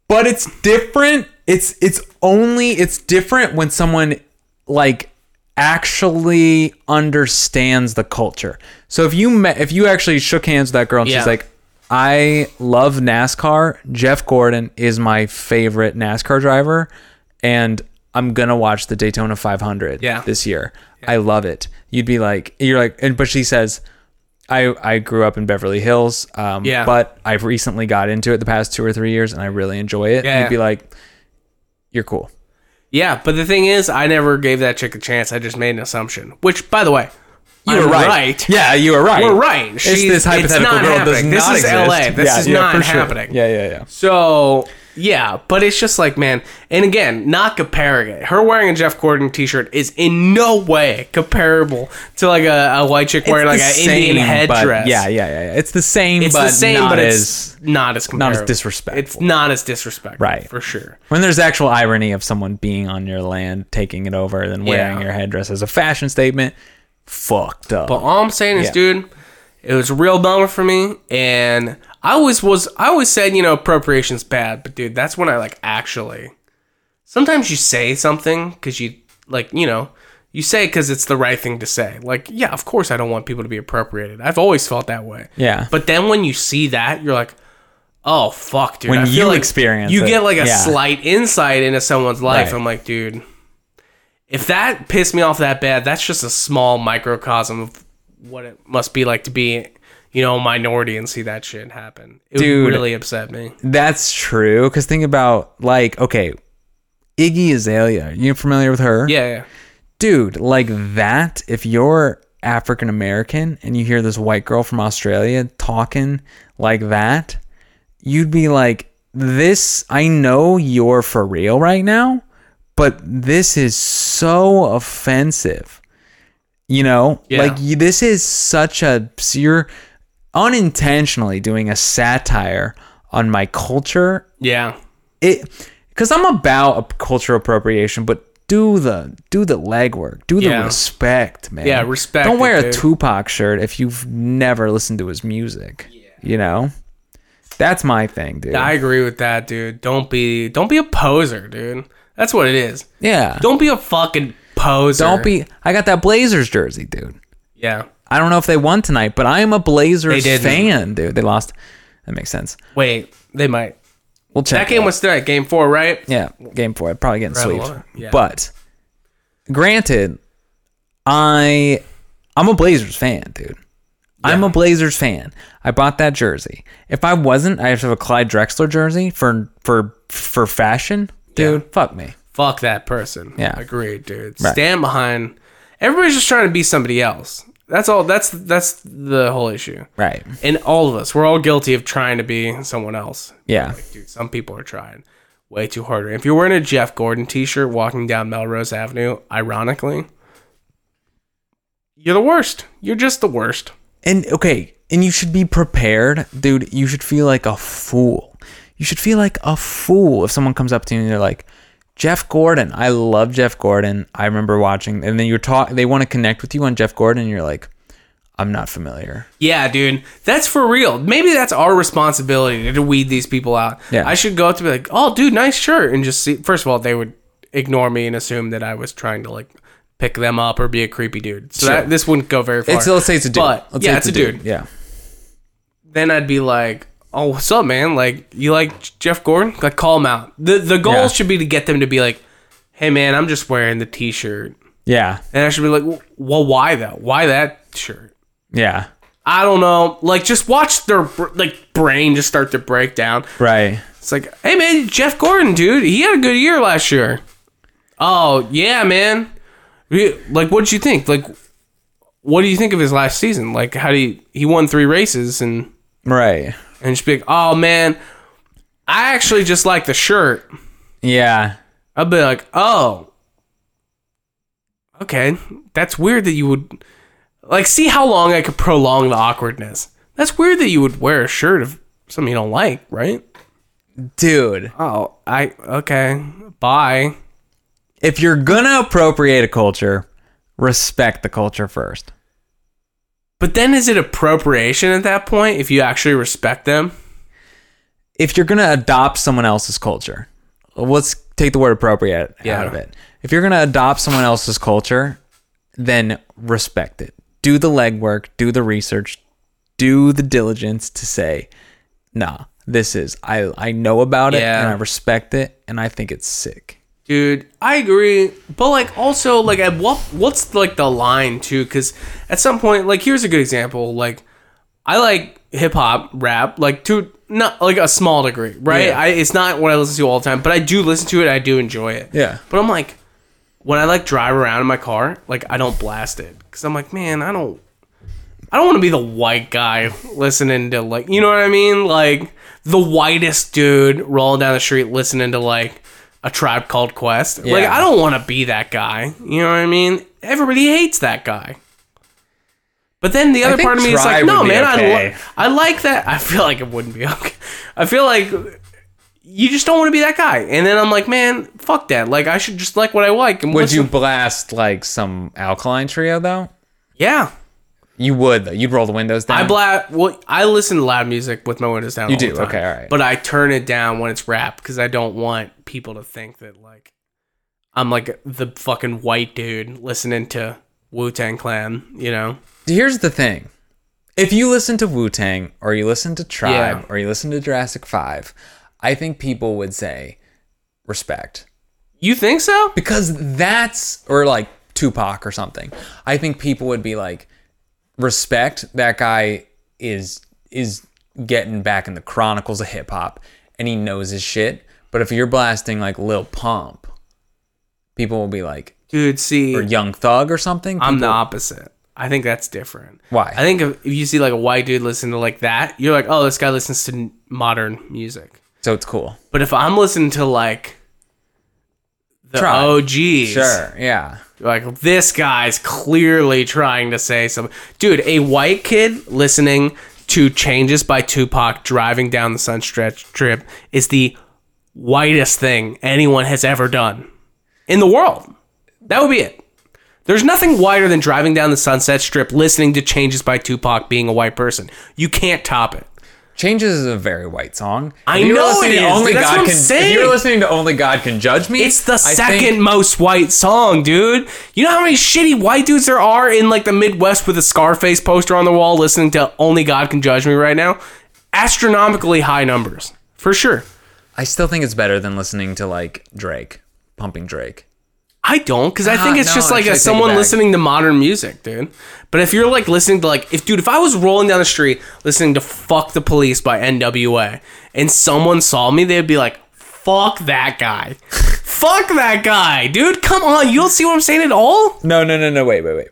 Speaker 4: but it's different it's it's only it's different when someone like actually understands the culture so if you met if you actually shook hands with that girl and
Speaker 3: Yeah.
Speaker 4: she's like i love nascar jeff gordon is my favorite nascar driver and i'm gonna watch the daytona 500
Speaker 3: Yeah.
Speaker 4: this year i love it you'd be like you're like and but she says I, I grew up in Beverly Hills, um,
Speaker 3: Yeah.
Speaker 4: but I've recently got into it the past two or three years, and I really enjoy it.
Speaker 3: Yeah.
Speaker 4: You'd be like, "You're cool."
Speaker 3: yeah, but the thing is, I never gave that chick a chance. I just made an assumption, which, by the way, you were right.
Speaker 4: Yeah, you were right.
Speaker 3: We're right.
Speaker 4: It's
Speaker 3: She's-
Speaker 4: this
Speaker 3: it's
Speaker 4: hypothetical
Speaker 3: not
Speaker 4: girl
Speaker 3: happening.
Speaker 4: does not
Speaker 3: This is LA.
Speaker 4: exist.
Speaker 3: This is not
Speaker 4: for sure.
Speaker 3: happening.
Speaker 4: Yeah, yeah, yeah.
Speaker 3: So yeah, but it's just like man, and again, not comparing it. Her wearing a Jeff Gordon T-shirt is in no way comparable to like a, a white chick wearing like an
Speaker 4: It's the
Speaker 3: Indian
Speaker 4: same, but-
Speaker 3: headdress.
Speaker 4: Yeah, yeah, yeah, yeah. It's the same,
Speaker 3: it's
Speaker 4: but
Speaker 3: the same,
Speaker 4: not
Speaker 3: but
Speaker 4: as
Speaker 3: it's not as comparable.
Speaker 4: disrespectful.
Speaker 3: It's not as disrespectful,
Speaker 4: Right.
Speaker 3: For sure.
Speaker 4: when there's actual irony of someone being on your land, taking it over, then wearing
Speaker 3: Yeah.
Speaker 4: your headdress as a fashion statement. Fucked up.
Speaker 3: But all I'm saying is,
Speaker 4: Yeah.
Speaker 3: dude, it was a real bummer for me, and I always was. I always said, you know, appropriation's bad, but dude, that's when I like actually. Sometimes you say something because you like, you know, you say because it's the right thing to say. Like, yeah, of course, I don't want people to be appropriated. I've always felt that way.
Speaker 4: Yeah.
Speaker 3: But then when you see that, you're like. Oh fuck, dude!
Speaker 4: When
Speaker 3: I feel
Speaker 4: you
Speaker 3: like
Speaker 4: experience
Speaker 3: you
Speaker 4: it,
Speaker 3: get like a
Speaker 4: yeah.
Speaker 3: slight insight into someone's life.
Speaker 4: Right.
Speaker 3: I'm like, dude, if that pissed me off that bad, that's just a small microcosm of what it must be like to be, you know, a minority and see that shit happen. It
Speaker 4: Dude.
Speaker 3: really upset me.
Speaker 4: That's true. Because think about like, okay, Iggy Azalea. You familiar with her?
Speaker 3: Yeah, yeah.
Speaker 4: dude, like that, if you're African American and you hear this white girl from Australia talking like that, you'd be like, this, I know you're for real right now, but this is so offensive. You know,
Speaker 3: Yeah.
Speaker 4: like you, this is such a, you're unintentionally doing a satire on my culture
Speaker 3: Yeah.
Speaker 4: it because I'm about a cultural appropriation, but do the do the legwork, do
Speaker 3: Yeah.
Speaker 4: the respect, man.
Speaker 3: Yeah, respect
Speaker 4: Don't wear
Speaker 3: it,
Speaker 4: a
Speaker 3: dude.
Speaker 4: Tupac shirt if you've never listened to his music. You know, that's my thing, dude.
Speaker 3: I agree with that, dude. Don't be don't be a poser, dude. That's what it is.
Speaker 4: yeah,
Speaker 3: Don't be a fucking poser.
Speaker 4: don't be. I got that Blazers jersey, dude.
Speaker 3: Yeah.
Speaker 4: I don't know if they won tonight, but I am a Blazers
Speaker 3: They didn't.
Speaker 4: fan, dude. They lost. That makes sense.
Speaker 3: Wait, they might.
Speaker 4: We'll
Speaker 3: That
Speaker 4: check.
Speaker 3: game
Speaker 4: it.
Speaker 3: was tonight, game four, right?
Speaker 4: Yeah, game four. I'd probably getting
Speaker 3: Rather
Speaker 4: swept.
Speaker 3: lower, yeah.
Speaker 4: But granted, I I'm a Blazers fan, dude. I'm a Blazers fan. I bought that jersey. If I wasn't, I have to have a Clyde Drexler jersey for for for fashion, dude. Fuck me.
Speaker 3: Fuck that person.
Speaker 4: Yeah.
Speaker 3: Agreed, dude.
Speaker 4: Right.
Speaker 3: Stand behind everybody's just trying to be somebody else. That's all that's that's the whole issue.
Speaker 4: Right.
Speaker 3: And all of us, we're all guilty of trying to be someone else.
Speaker 4: Yeah.
Speaker 3: Dude, some people are trying way too harder. If you're wearing a Jeff Gordon t-shirt walking down Melrose Avenue, ironically, you're the worst. You're just the worst.
Speaker 4: And okay, and you should be prepared, dude. You should feel like a fool. You should feel like a fool if someone comes up to you and they're like, Jeff Gordon. I love Jeff Gordon. I remember watching, and then you're talk. They want to connect with you on Jeff Gordon, and you're like, I'm not familiar.
Speaker 3: Yeah, dude, that's for real. Maybe that's our responsibility to weed these people out.
Speaker 4: Yeah.
Speaker 3: I should go up to be like, "Oh, dude, nice shirt," and just see. First of all, they would ignore me and assume that I was trying to like pick them up or be a creepy dude. So that, this wouldn't go very far.
Speaker 4: It's, let's say it's a dude.
Speaker 3: But,
Speaker 4: let's
Speaker 3: yeah,
Speaker 4: say
Speaker 3: it's, a dude.
Speaker 4: Yeah.
Speaker 3: Then I'd be like, "Oh, what's up, man? Like, you like Jeff Gordon? Like, call him out." The the goal
Speaker 4: Yeah.
Speaker 3: should be to get them to be like, "Hey, man, I'm just wearing the T-shirt,"
Speaker 4: Yeah.
Speaker 3: and I should be like, "Well, why though? Why that shirt?"
Speaker 4: Yeah.
Speaker 3: I don't know. Like, just watch their br- like brain just start to break down.
Speaker 4: Right.
Speaker 3: It's like, hey man, Jeff Gordon, dude, he had a good year last year. Oh yeah, man. Re- Like, what did you think? Like, what do you think of his last season? Like, how do you, he won three races and
Speaker 4: Right.
Speaker 3: and just be like, oh man, I actually just like the shirt.
Speaker 4: Yeah.
Speaker 3: I'd be like, oh, okay, that's weird that you would like see how long I could prolong the awkwardness. That's weird that you would wear a shirt of something you don't like, right?
Speaker 4: Dude,
Speaker 3: Oh, I okay. Bye.
Speaker 4: if you're gonna appropriate a culture, respect the culture first.
Speaker 3: But then is it appropriation at that point if you actually respect them?
Speaker 4: If you're gonna adopt someone else's culture, let's take the word appropriate
Speaker 3: Yeah.
Speaker 4: out of it. If you're gonna adopt someone else's culture, then respect it. Do the legwork, do the research, do the diligence to say, nah, this is I I know about it
Speaker 3: Yeah.
Speaker 4: and I respect it and I think it's sick.
Speaker 3: Dude, I agree, but like also like at what what's like the line too cuz at some point like here's a good example like I like hip hop, rap, like to not like a small degree, right?
Speaker 4: Yeah.
Speaker 3: I it's not what I listen to all the time, but I do listen to it, I do enjoy it.
Speaker 4: Yeah.
Speaker 3: But I'm like when I like drive around in my car, like I don't blast it cuz I'm like, man, I don't I don't want to be the white guy listening to like, you know what I mean? Like the whitest dude rolling down the street listening to like a tribe called Quest. Like
Speaker 4: Yeah.
Speaker 3: I don't want to be that guy. You know what I mean? Everybody hates that guy. But then the other
Speaker 4: think
Speaker 3: part of me is like,
Speaker 4: Tribe
Speaker 3: no,
Speaker 4: would be
Speaker 3: man, I,
Speaker 4: okay."
Speaker 3: li- I like that. I feel like it wouldn't be okay. I feel like you just don't want to be that guy. And then I'm like, man, fuck that. Like I should just like what I like. And
Speaker 4: Would
Speaker 3: listen-
Speaker 4: you blast like some alkaline trio though?
Speaker 3: Yeah.
Speaker 4: You would though. You'd roll the windows down.
Speaker 3: I bla- well, I listen to loud music with my windows down.
Speaker 4: You
Speaker 3: all the
Speaker 4: do?
Speaker 3: time.
Speaker 4: Okay, all right.
Speaker 3: But I turn it down when it's rap because I don't want people to think that like I'm like the fucking white dude listening to Wu Tang Clan. You know?
Speaker 4: Here's the thing. If you listen to Wu Tang or you listen to Tribe
Speaker 3: Yeah.
Speaker 4: or you listen to Jurassic 5, I think people would say respect.
Speaker 3: You think so?
Speaker 4: Because that's, or like Tupac or something. I think people would be like, respect that guy is is getting back in the chronicles of hip hop and he knows his shit. But if you're blasting like Lil Pump, people will be like,
Speaker 3: Dude, see,
Speaker 4: or Young Thug or something.
Speaker 3: I'm the
Speaker 4: people-
Speaker 3: opposite. I think that's different.
Speaker 4: Why?
Speaker 3: I think if, if you see like a white dude listening to like that, you're like, oh, this guy listens to n- modern music.
Speaker 4: So it's cool.
Speaker 3: But if I'm listening to like the
Speaker 4: Tribe.
Speaker 3: OGs,
Speaker 4: Sure. Yeah.
Speaker 3: Like this guy's clearly trying to say something. Dude, a white kid listening to Changes by Tupac driving down the Sunstretch Strip is the whitest thing anyone has ever done in the world. That would be it. There's nothing whiter than driving down the Sunset Strip listening to Changes by Tupac being a white person. You can't top it.
Speaker 4: Changes is a very white song.
Speaker 3: I
Speaker 4: If you were
Speaker 3: know
Speaker 4: listening
Speaker 3: it
Speaker 4: to
Speaker 3: is,
Speaker 4: Only
Speaker 3: that's
Speaker 4: God
Speaker 3: what I'm
Speaker 4: can,
Speaker 3: saying.
Speaker 4: If you're listening to Only God Can Judge Me,
Speaker 3: It's the
Speaker 4: I
Speaker 3: second
Speaker 4: think-
Speaker 3: most white song, dude. You know how many shitty white dudes there are in like the Midwest with a Scarface poster on the wall listening to Only God Can Judge Me right now? Astronomically high numbers. For sure.
Speaker 4: I still think it's better than listening to like Drake, pumping Drake.
Speaker 3: I don't, because I think
Speaker 4: Ah,
Speaker 3: it's
Speaker 4: no,
Speaker 3: just like
Speaker 4: actually, I
Speaker 3: a,
Speaker 4: take it
Speaker 3: someone
Speaker 4: back.
Speaker 3: listening to modern music, dude. But if you're like listening to like, if dude, if I was rolling down the street listening to "Fuck the Police" by N.W.A. and someone saw me, they'd be like, "Fuck that guy, fuck that guy, dude. Come on, you don't see what I'm saying at all."
Speaker 4: No, no, no, no. Wait, wait, wait.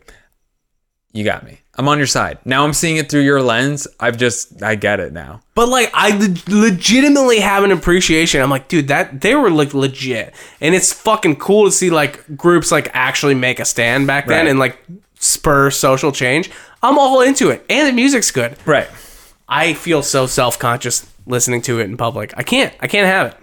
Speaker 4: You got me. I'm on your side. Now I'm seeing it through your lens. I've just, I get it now.
Speaker 3: But like, I le- legitimately have an appreciation. I'm like, dude, that they were like legit, and it's fucking cool to see like groups like actually make a stand back then
Speaker 4: Right.
Speaker 3: and like spur social change. I'm all into it, and the music's good.
Speaker 4: Right.
Speaker 3: I feel so self conscious listening to it in public. I can't. I can't have it.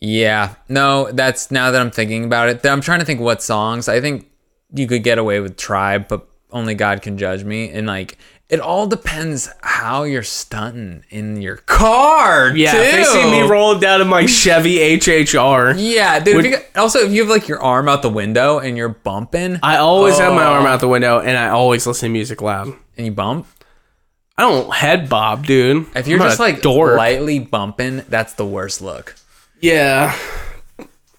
Speaker 4: Yeah. No, that's now that I'm thinking about it. that I'm trying to think what songs. I think you could get away with Tribe, but only God can judge me. And like, it all depends how you're stunting in your car.
Speaker 3: Yeah,
Speaker 4: too.
Speaker 3: if they see me rolling down in my Chevy HHR.
Speaker 4: Yeah, dude.
Speaker 3: Would-
Speaker 4: if you got- also, if you have like your arm out the window and you're bumping
Speaker 3: I always have my arm out the window, and I always listen to music loud.
Speaker 4: and you bump,
Speaker 3: I don't head bob, dude.
Speaker 4: if you're
Speaker 3: I'm not
Speaker 4: just
Speaker 3: a
Speaker 4: like
Speaker 3: dork.
Speaker 4: lightly bumping, that's the worst look.
Speaker 3: yeah,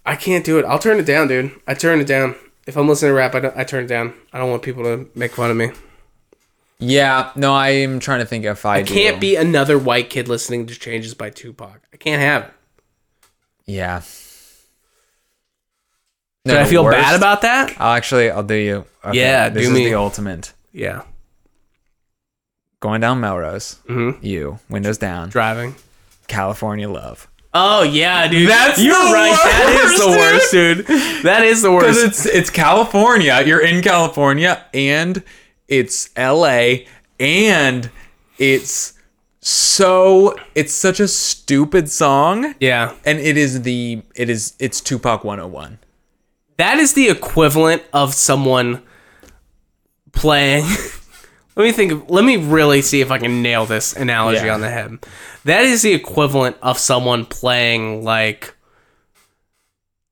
Speaker 3: I can't do it. I'll turn it down, dude. I turn it down. If I'm listening to rap, I, don't, I turn it down. I don't want people to make fun of me.
Speaker 4: Yeah, no, I am trying to think if I,
Speaker 3: I can't be another white kid listening to Changes by Tupac. I can't have it.
Speaker 4: Yeah.
Speaker 3: Do I feel bad about that?
Speaker 4: I'll actually, I'll do you. Okay,
Speaker 3: Yeah,
Speaker 4: this
Speaker 3: do
Speaker 4: is
Speaker 3: me.
Speaker 4: the ultimate.
Speaker 3: Yeah.
Speaker 4: Going down Melrose,
Speaker 3: Mm-hmm.
Speaker 4: you windows down,
Speaker 3: Driving.
Speaker 4: California love.
Speaker 3: Oh yeah, dude.
Speaker 4: That's
Speaker 3: you're
Speaker 4: the
Speaker 3: right. that is the worst,
Speaker 4: worst,
Speaker 3: dude. That is the
Speaker 4: Because
Speaker 3: worst.
Speaker 4: it's it's California. You're in California, and it's L.A. and it's so it's such a stupid song,
Speaker 3: yeah.
Speaker 4: and it is the it is it's Tupac 101.
Speaker 3: That is the equivalent of someone playing. let me think. Of, let me really see if I can nail this analogy
Speaker 4: Yeah.
Speaker 3: on the head. That is the equivalent of someone playing like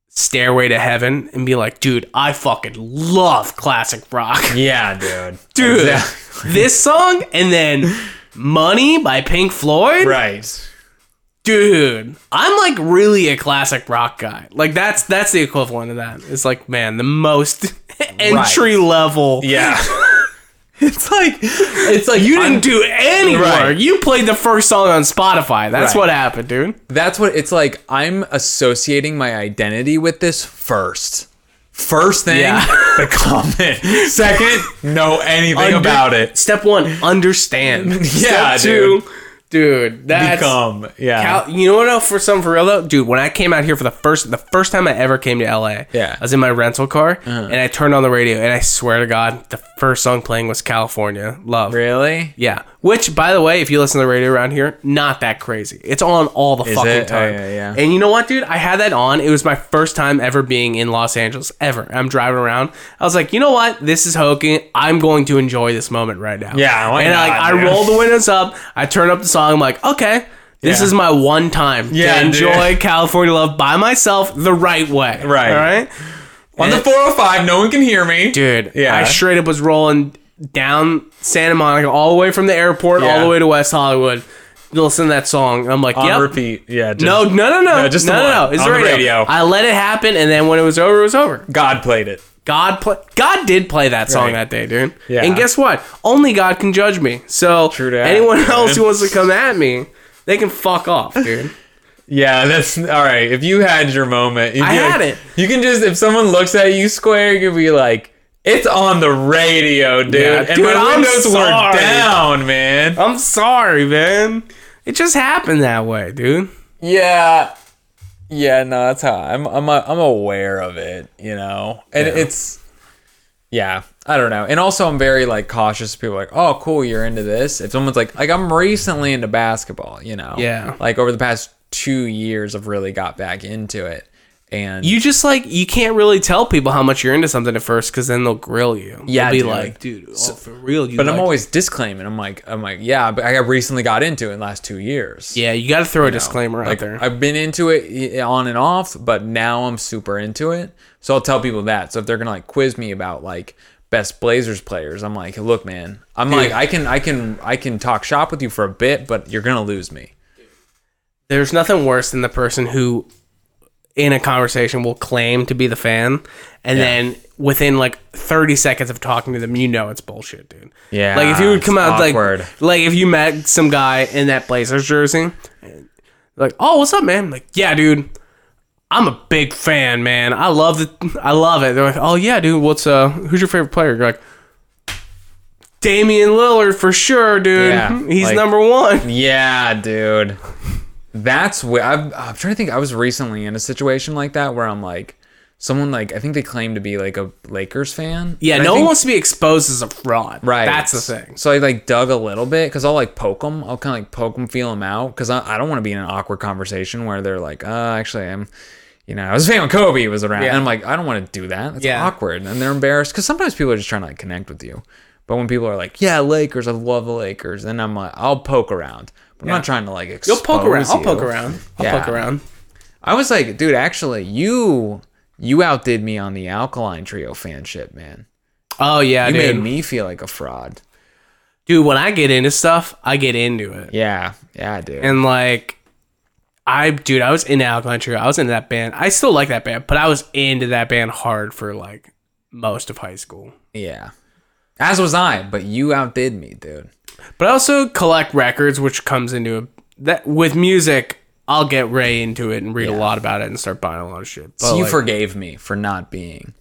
Speaker 3: Stairway to Heaven and be like, dude, I fucking love classic rock.
Speaker 4: Yeah, dude,
Speaker 3: Dude, this song and then Money by Pink Floyd.
Speaker 4: right?
Speaker 3: Dude, I'm like really a classic rock guy. Like that's that's the equivalent of that. It's like, man, the most entry level.
Speaker 4: Yeah, it's like it's like
Speaker 3: You didn't do any
Speaker 4: Right.
Speaker 3: work. You played the first song on Spotify. That's
Speaker 4: Right.
Speaker 3: what happened, dude.
Speaker 4: That's what it's like. I'm associating my identity with this first. First thing,
Speaker 3: Yeah.
Speaker 4: the comment. Second, know anything
Speaker 3: Under-
Speaker 4: about it.
Speaker 3: Step one, understand.
Speaker 4: Yeah,
Speaker 3: Step two, dude. that's
Speaker 4: Become. Yeah.
Speaker 3: Cal- you know what? Else for some for real though, dude. When I came out here for the first, the first time I ever came to LA,
Speaker 4: Yeah. Uh-huh.
Speaker 3: I was in my rental car and I turned on the radio, and I swear to God, the first song playing was California Love.
Speaker 4: really?
Speaker 3: Yeah. Which, by the way, if you listen to the radio around here, not that crazy. It's on all the fucking
Speaker 4: it? Oh,
Speaker 3: time.
Speaker 4: yeah, yeah.
Speaker 3: And you know what, dude? I had that on. It was my first time ever being in Los Angeles, ever. I'm driving around. I was like, you know what? This is hokey. I'm going to enjoy this moment right now.
Speaker 4: Yeah, why
Speaker 3: and I,
Speaker 4: not,
Speaker 3: I
Speaker 4: dude?
Speaker 3: roll the windows up. I turn up the song. I'm like, okay. This
Speaker 4: Yeah.
Speaker 3: is my one time
Speaker 4: Yeah,
Speaker 3: to
Speaker 4: dude.
Speaker 3: enjoy California love by myself the right way.
Speaker 4: Right.
Speaker 3: All right.
Speaker 4: On the 405, no one can hear me.
Speaker 3: Dude,
Speaker 4: Yeah.
Speaker 3: I straight up was rolling down Santa Monica all the way from the airport all
Speaker 4: Yeah.
Speaker 3: the way to West Hollywood. Listen to that song. and I'm like,
Speaker 4: On
Speaker 3: yep.
Speaker 4: repeat. Yeah. Just,
Speaker 3: No, no, no, no,
Speaker 4: No, just
Speaker 3: no,
Speaker 4: the
Speaker 3: no, no.
Speaker 4: one.
Speaker 3: It's
Speaker 4: On
Speaker 3: the
Speaker 4: the
Speaker 3: radio.
Speaker 4: radio.
Speaker 3: I let it happen, and then when it was over, it was over.
Speaker 4: God played it.
Speaker 3: God, play, God did play that song
Speaker 4: Right.
Speaker 3: that day, dude.
Speaker 4: Yeah.
Speaker 3: And guess what? Only God can judge me. So
Speaker 4: True that,
Speaker 3: anyone
Speaker 4: man.
Speaker 3: else who wants to come at me, they can fuck off, dude.
Speaker 4: Yeah, that's all right. If you had your moment, you
Speaker 3: I
Speaker 4: can-
Speaker 3: had it.
Speaker 4: You can just if someone looks at you square, you can be like, "It's on the radio, dude."
Speaker 3: Yeah,
Speaker 4: and
Speaker 3: dude,
Speaker 4: my
Speaker 3: I'm
Speaker 4: windows
Speaker 3: sorry.
Speaker 4: were down, man.
Speaker 3: I'm sorry, man. It just happened that way, dude.
Speaker 4: Yeah. Yeah, no, that's how I'm I'm I'm aware of it, you know. And it's yeah, I don't know. And also I'm very like cautious. People are like, "Oh, cool, you're into this." If someone's like like I'm recently into basketball, you know.
Speaker 3: Yeah.
Speaker 4: Like over the past 2 years I've really got back into it. And
Speaker 3: you just like you can't really tell people how much you're into something at first because then they'll grill you.
Speaker 4: Yeah,
Speaker 3: they'll be
Speaker 4: dude.
Speaker 3: like, dude, oh, for real. You
Speaker 4: but I'm
Speaker 3: like-
Speaker 4: always disclaiming. I'm like I'm like, "Yeah, but I recently got into it in the last 2 years."
Speaker 3: yeah. You got to throw a disclaimer out
Speaker 4: like
Speaker 3: there.
Speaker 4: I've been into it i- on and off, but now I'm super into it. So I'll tell people that. So if they're gonna like quiz me about like best Blazers players, I'm like, look, man, I'm like, I can, I can, I can talk shop with you for a bit, but you're gonna lose me.
Speaker 3: There's nothing worse than the person who, in a conversation, will claim to be the fan, and then within like 30 seconds of talking to them, you know it's bullshit, dude.
Speaker 4: Yeah,
Speaker 3: Like if you would come
Speaker 4: it's
Speaker 3: out
Speaker 4: awkward.
Speaker 3: like like if you met some guy in that Blazers jersey, like, oh, what's up, man? I'm like, yeah, dude. I'm a big fan, man. I love the, I love it. They're like, oh yeah, dude. What's uh, who's your favorite player? You're like, Damian Lillard for sure, dude.
Speaker 4: Yeah,
Speaker 3: He's
Speaker 4: like-
Speaker 3: number one.
Speaker 4: Yeah, dude. That's where I'm, I'm trying to think. I was recently in a situation like that where I'm like, someone like I think they claim to be like a Lakers fan.
Speaker 3: Yeah,
Speaker 4: And I
Speaker 3: no one
Speaker 4: think-
Speaker 3: wants to be exposed as a fraud.
Speaker 4: Right.
Speaker 3: that's the thing.
Speaker 4: So I like dug a little bit because I'll like poke them. I'll kind of like poke them, feel them out because I, I don't want to be in an awkward conversation where they're like, uh, actually, I'm, you know, I was a fan when Kobe was around.
Speaker 3: Yeah.
Speaker 4: And I'm like, I don't want to do that. That's
Speaker 3: Yeah.
Speaker 4: awkward. And they're embarrassed because sometimes people are just trying to like connect with you. But when people are like, yeah, Lakers, I love the Lakers, then I'm like, I'll poke around. But I'm
Speaker 3: Yeah.
Speaker 4: not trying to like expose
Speaker 3: You'll poke around. I'll
Speaker 4: you.
Speaker 3: poke around. I'll
Speaker 4: Yeah.
Speaker 3: poke around.
Speaker 4: I was like, dude, actually, you you outdid me on the Alkaline Trio fanship, man.
Speaker 3: Oh yeah,
Speaker 4: You
Speaker 3: dude.
Speaker 4: made me feel like a fraud.
Speaker 3: dude. When I get into stuff, I get into it.
Speaker 4: Yeah, yeah, dude.
Speaker 3: and like I dude, I was into Alkaline Trio. I was into that band. I still like that band, but I was into that band hard for like most of high school.
Speaker 4: yeah, as was I, but you outdid me, dude.
Speaker 3: But I also collect records, which comes into a, that with music. I'll get Ray into it and read a lot about it and start buying a lot of shit. But
Speaker 4: so you
Speaker 3: like,
Speaker 4: forgave me for not being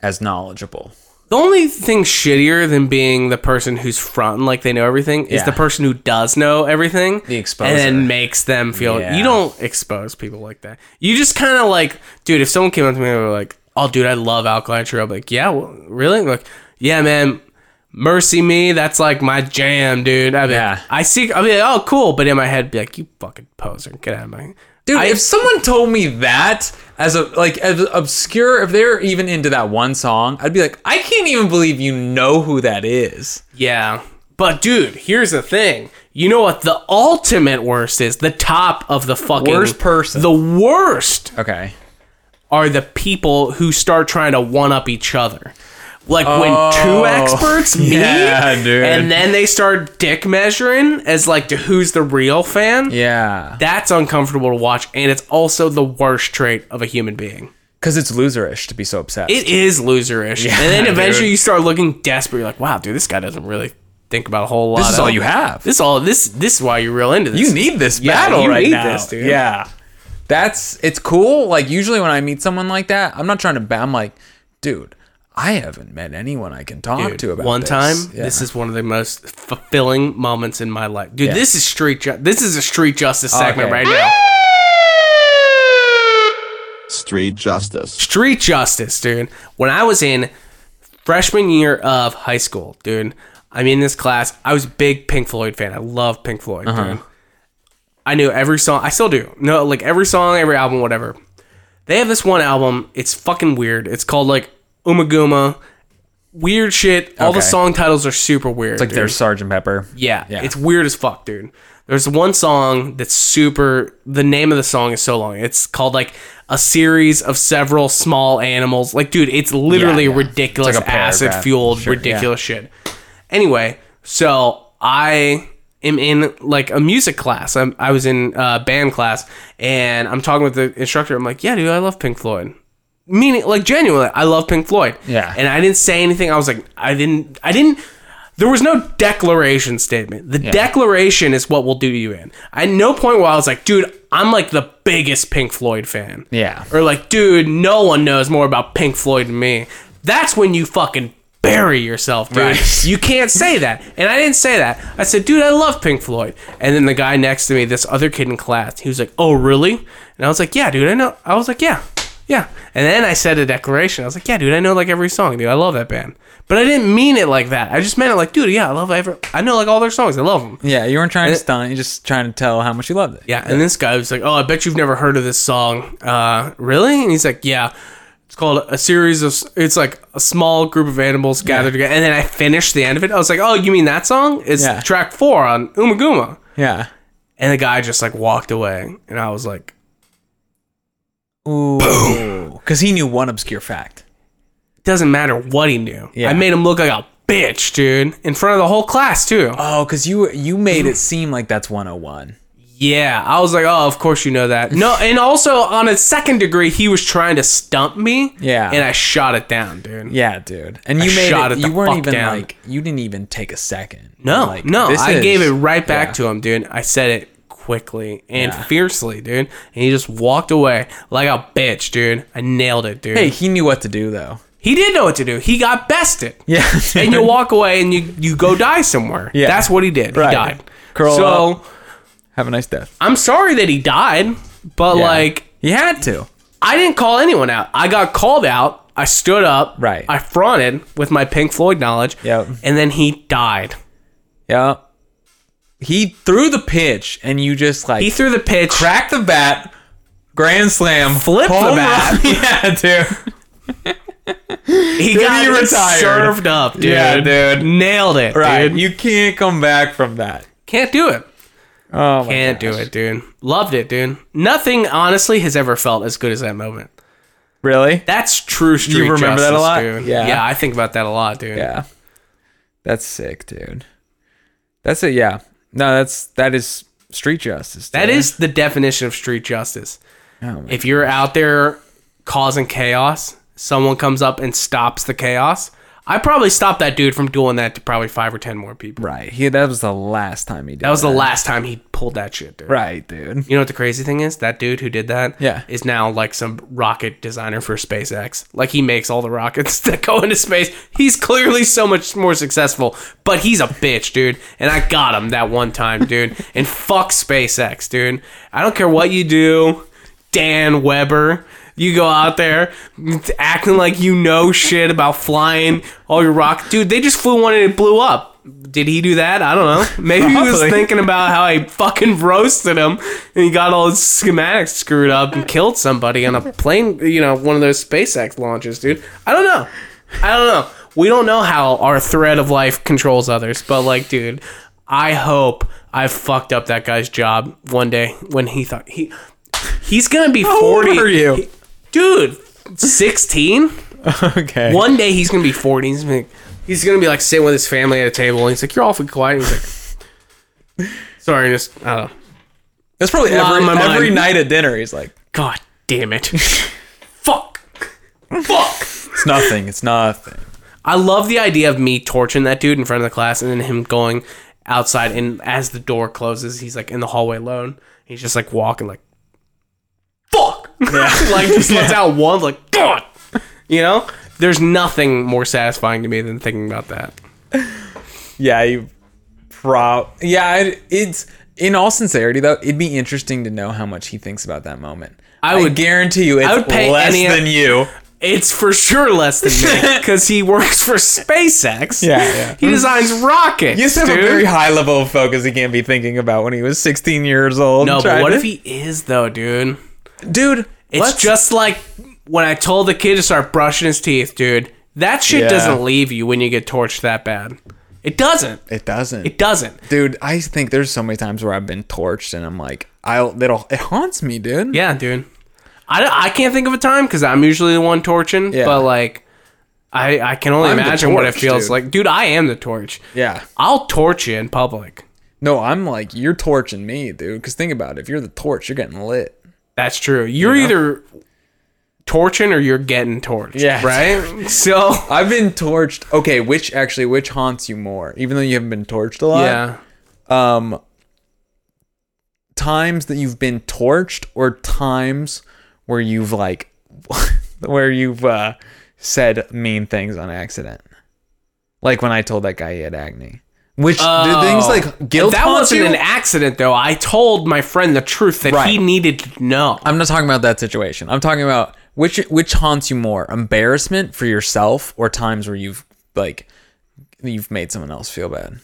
Speaker 4: as knowledgeable.
Speaker 3: the only thing shittier than being the person who's fronting like they know everything is
Speaker 4: Yeah.
Speaker 3: the person who does know everything.
Speaker 4: The exposer.
Speaker 3: And then makes them feel
Speaker 4: Yeah.
Speaker 3: you don't expose people like that. You just kind of like, dude, if someone came up to me and were like, oh, dude, I love Alkaline Trio. I'd be like, yeah, well, really? Like, yeah, man. Mercy me, that's like my jam, dude. I mean,
Speaker 4: Yeah.
Speaker 3: I see. I mean, oh, cool. But in my head, be like, you fucking poser, get out of my.
Speaker 4: Dude,
Speaker 3: I-
Speaker 4: if someone told me that as a like as obscure, if they're even into that one song, I'd be like, I can't even believe you know who that is.
Speaker 3: Yeah. But dude, here's the thing. You know what the ultimate worst is? The top of the fucking
Speaker 4: Worst person.
Speaker 3: The worst
Speaker 4: Okay.
Speaker 3: are the people who start trying to one up each other. Like when two experts meet
Speaker 4: Oh, yeah, dude.
Speaker 3: and then they start dick measuring as like to who's the real fan.
Speaker 4: Yeah.
Speaker 3: That's uncomfortable to watch and it's also the worst trait of a human being.
Speaker 4: Because it's loserish to be so obsessed.
Speaker 3: It is loserish. and then eventually
Speaker 4: dude.
Speaker 3: you start looking desperate. You're like, wow, dude, this guy doesn't really think about a whole lot.
Speaker 4: this is all
Speaker 3: else."
Speaker 4: you have.
Speaker 3: This all this this is why you're real into this.
Speaker 4: you need this
Speaker 3: Yeah,
Speaker 4: battle
Speaker 3: you
Speaker 4: right
Speaker 3: need
Speaker 4: now.
Speaker 3: this, dude.
Speaker 4: Yeah. That's it's cool. Like usually when I meet someone like that, I'm not trying to. ba- I'm like, dude, I haven't met anyone I can talk
Speaker 3: Dude,
Speaker 4: to about
Speaker 3: one
Speaker 4: this."
Speaker 3: time.
Speaker 4: Yeah.
Speaker 3: This is one of the most fulfilling moments in my life, dude.
Speaker 4: Yeah.
Speaker 3: This is street. Ju- this is a street justice segment
Speaker 4: Okay.
Speaker 3: right now.
Speaker 6: Street justice.
Speaker 3: Street justice, dude. When I was in freshman year of high school, dude, I'm in this class. I was a big Pink Floyd fan. I love Pink Floyd,
Speaker 4: Uh-huh.
Speaker 3: dude. I knew every song. I still do. No, like every song, every album, whatever. They have this one album. It's fucking weird. It's called like Umaguma. Weird shit. All the
Speaker 4: Okay.
Speaker 3: song titles are super weird.
Speaker 4: like
Speaker 3: dude.
Speaker 4: there's Sergeant Pepper.
Speaker 3: Yeah,
Speaker 4: Yeah.
Speaker 3: it's weird as fuck, dude. There's one song that's super. The name of the song is so long. It's called like a series of several small animals. Like, dude, it's literally
Speaker 4: Yeah, yeah.
Speaker 3: ridiculous,
Speaker 4: It's like a paragraph.
Speaker 3: acid fueled,
Speaker 4: Sure, yeah.
Speaker 3: ridiculous shit. Anyway, so I am in like a music class. I'm, I was in uh, band class, and I'm talking with the instructor. I'm like, yeah, dude, I love Pink Floyd. Meaning, like, genuinely, I love Pink Floyd.
Speaker 4: Yeah.
Speaker 3: And I didn't say anything. I was like, I didn't, I didn't. There was no declaration statement. The declaration is what will do you in. At no point where I was like, dude, I'm like the biggest Pink Floyd fan.
Speaker 4: Yeah.
Speaker 3: Or like, dude, no one knows more about Pink Floyd than me. That's when you fucking bury yourself, dude.
Speaker 4: Right.
Speaker 3: You can't say that. And I didn't say that. I said, dude, I love Pink Floyd. And then the guy next to me, this other kid in class, he was like, oh, really? And I was like, yeah, dude, I know. I was like, yeah, yeah. And then I said a declaration. I was like, yeah, dude, I know like every song, dude. I love that band. But I didn't mean it like that. I just meant it like, dude, yeah, I love every. I know like all their songs. I love them.
Speaker 4: Yeah, you weren't trying to stunt. You're just trying to tell how much you loved it.
Speaker 3: Yeah, and this guy was like, "Oh, I bet you've never heard of this song, uh, really?" And he's like, "Yeah, it's called a series of. It's like a small group of animals gathered together." And then I finished the end of it. I was like, "Oh, you mean that song? It's
Speaker 4: Yeah.
Speaker 3: track four on Umaguma."
Speaker 4: Yeah.
Speaker 3: And the guy just like walked away, and I was like,
Speaker 4: Ooh. Because he knew one obscure fact.
Speaker 3: "Doesn't matter what he knew.
Speaker 4: Yeah.
Speaker 3: I made him look like a bitch, dude, in front of the whole class too."
Speaker 4: Oh, because you you made it seem like that's 101.
Speaker 3: Yeah, I was like, "Oh, of course you know that." No, and also on a second degree, he was trying to stump me.
Speaker 4: Yeah.
Speaker 3: and I shot it down, dude.
Speaker 4: Yeah, dude. And you
Speaker 3: I
Speaker 4: made
Speaker 3: shot
Speaker 4: it.
Speaker 3: it
Speaker 4: You
Speaker 3: the
Speaker 4: weren't
Speaker 3: fuck
Speaker 4: even
Speaker 3: down.
Speaker 4: like. You didn't even take a second.
Speaker 3: No,
Speaker 4: Like,
Speaker 3: no,
Speaker 4: this
Speaker 3: I
Speaker 4: is-
Speaker 3: gave it right back
Speaker 4: yeah.
Speaker 3: to him, dude. I said it quickly and
Speaker 4: Yeah.
Speaker 3: fiercely, dude, and he just walked away like a bitch, dude. I nailed it, dude.
Speaker 4: Hey, he knew what to do though.
Speaker 3: He did know what to do. He got bested.
Speaker 4: Yeah.
Speaker 3: and you walk away and you you go die somewhere.
Speaker 4: Yeah.
Speaker 3: that's what he did.
Speaker 4: Right.
Speaker 3: He died.
Speaker 4: Curl
Speaker 3: so
Speaker 4: Have a nice death.
Speaker 3: I'm sorry that he died, but
Speaker 4: Yeah.
Speaker 3: like
Speaker 4: he had to.
Speaker 3: I didn't call anyone out. I got called out. I stood up.
Speaker 4: Right.
Speaker 3: I fronted with my Pink Floyd knowledge.
Speaker 4: Yep.
Speaker 3: And then he died.
Speaker 4: Yeah. He threw the pitch, and you just like
Speaker 3: He threw the pitch.
Speaker 4: cracked the bat, Grand slam.
Speaker 3: Flip the
Speaker 4: Home
Speaker 3: bat.
Speaker 4: run. yeah, dude.
Speaker 3: He
Speaker 4: Then
Speaker 3: got
Speaker 4: he retired.
Speaker 3: served up, dude.
Speaker 4: Yeah, dude.
Speaker 3: Nailed it,
Speaker 4: Right.
Speaker 3: dude.
Speaker 4: You can't come back from that.
Speaker 3: Can't do it.
Speaker 4: Oh, my
Speaker 3: Can't do it, dude. Loved it, dude. Nothing honestly has ever felt as good as that moment.
Speaker 4: Really?
Speaker 3: That's true street
Speaker 4: remember that a
Speaker 3: justice,
Speaker 4: lot?
Speaker 3: dude.
Speaker 4: Yeah.
Speaker 3: yeah, I think about that a lot, dude.
Speaker 4: Yeah. That's sick, dude. That's it. Yeah. No, that's that is street justice.
Speaker 3: That is the definition of street justice.
Speaker 4: Oh, man.
Speaker 3: if you're out there causing chaos, someone comes up and stops the chaos. I probably stopped that dude from doing that to probably five or ten more people.
Speaker 4: right. He that was the last time he did.
Speaker 3: That was the last time he pulled that shit, dude.
Speaker 4: Right, dude.
Speaker 3: You know what the crazy thing is? That dude who did that
Speaker 4: Yeah.
Speaker 3: is now like some rocket designer for SpaceX. Like he makes all the rockets that go into space. He's clearly so much more successful, but he's a bitch, dude. And I got him that one time, dude. And fuck SpaceX, dude. I don't care what you do, Dan Weber. You go out there acting like you know shit about flying all your rock, dude. They just flew one and it blew up. Did he do that? I don't know. Maybe he was
Speaker 4: Probably.
Speaker 3: thinking thinking about how I fucking roasted him and he got all his schematics screwed up and killed somebody on a plane, you know, one of those SpaceX launches, dude. I don't know. I don't know. We don't know how our thread of life controls others, but like, dude, I hope I fucked up that guy's job one day when he thought he he's gonna be
Speaker 4: old
Speaker 3: forty.
Speaker 4: are you?
Speaker 3: He- dude? Sixteen.
Speaker 4: Okay.
Speaker 3: One day he's gonna be forty. He's gonna be, he's gonna be like sitting with his family at a table, and he's like, "You're awfully quiet." And he's like, "Sorry, I just I don't know."
Speaker 4: That's probably
Speaker 3: Lot
Speaker 4: every,
Speaker 3: on my
Speaker 4: every
Speaker 3: mind.
Speaker 4: night at dinner. He's like,
Speaker 3: God damn it. Fuck. Fuck.
Speaker 4: it's nothing. It's nothing.
Speaker 3: I love the idea of me torching that dude in front of the class and then him going outside and as the door closes, he's like in the hallway alone. He's just like walking like Fuck Like just lets out one like God You know? There's nothing more satisfying to me than thinking about that.
Speaker 4: Yeah, you pro. Yeah, it, it's in all sincerity though. It'd be interesting to know how much he thinks about that moment.
Speaker 3: I would-
Speaker 4: guarantee you, it's
Speaker 3: would pay
Speaker 4: less
Speaker 3: any-
Speaker 4: than you.
Speaker 3: It's for sure less than me because he works for SpaceX.
Speaker 4: Yeah, yeah.
Speaker 3: He designs rockets.
Speaker 4: He has to have
Speaker 3: dude.
Speaker 4: a very high level of focus. He can't be thinking about when he was 16 years old.
Speaker 3: no, but
Speaker 4: trying
Speaker 3: what
Speaker 4: to-
Speaker 3: if he is though, dude?
Speaker 4: dude?
Speaker 3: It's
Speaker 4: let's-
Speaker 3: just like when I told the kid to start brushing his teeth, dude. That shit
Speaker 4: Yeah.
Speaker 3: doesn't leave you when you get torched that bad. It doesn't.
Speaker 4: it doesn't.
Speaker 3: It doesn't.
Speaker 4: dude. I think there's so many times where I've been torched, and I'm like, I'll. It'll. It haunts me, dude.
Speaker 3: Yeah, dude. I, don't- I can't think of a time because I'm usually the one torching,
Speaker 4: Yeah.
Speaker 3: but like, I, I can only
Speaker 4: I'm the
Speaker 3: imagine what it
Speaker 4: torch,
Speaker 3: feels
Speaker 4: dude.
Speaker 3: like. Dude, I am the torch.
Speaker 4: Yeah.
Speaker 3: I'll torch you in public.
Speaker 4: No, I'm like, you're torching me, dude. Because think about it. If you're the torch, you're getting lit.
Speaker 3: That's true. You're either torching or you're getting torched.
Speaker 4: Yeah.
Speaker 3: Right? so,
Speaker 4: I've been torched. Okay, which actually, which haunts you more? Even though you haven't been torched a lot.
Speaker 3: yeah.
Speaker 4: um times that you've been torched or times where you've like where you've uh said mean things on accident like when i told that guy he had acne which the things
Speaker 3: Oh.
Speaker 4: like guilt
Speaker 3: That
Speaker 4: haunts
Speaker 3: wasn't
Speaker 4: you?
Speaker 3: an accident, though. I told my friend the truth that he
Speaker 4: Right.
Speaker 3: needed to know.
Speaker 4: i'm not talking about that situation i'm talking about which which haunts you more embarrassment for yourself or times where you've like you've made someone else feel bad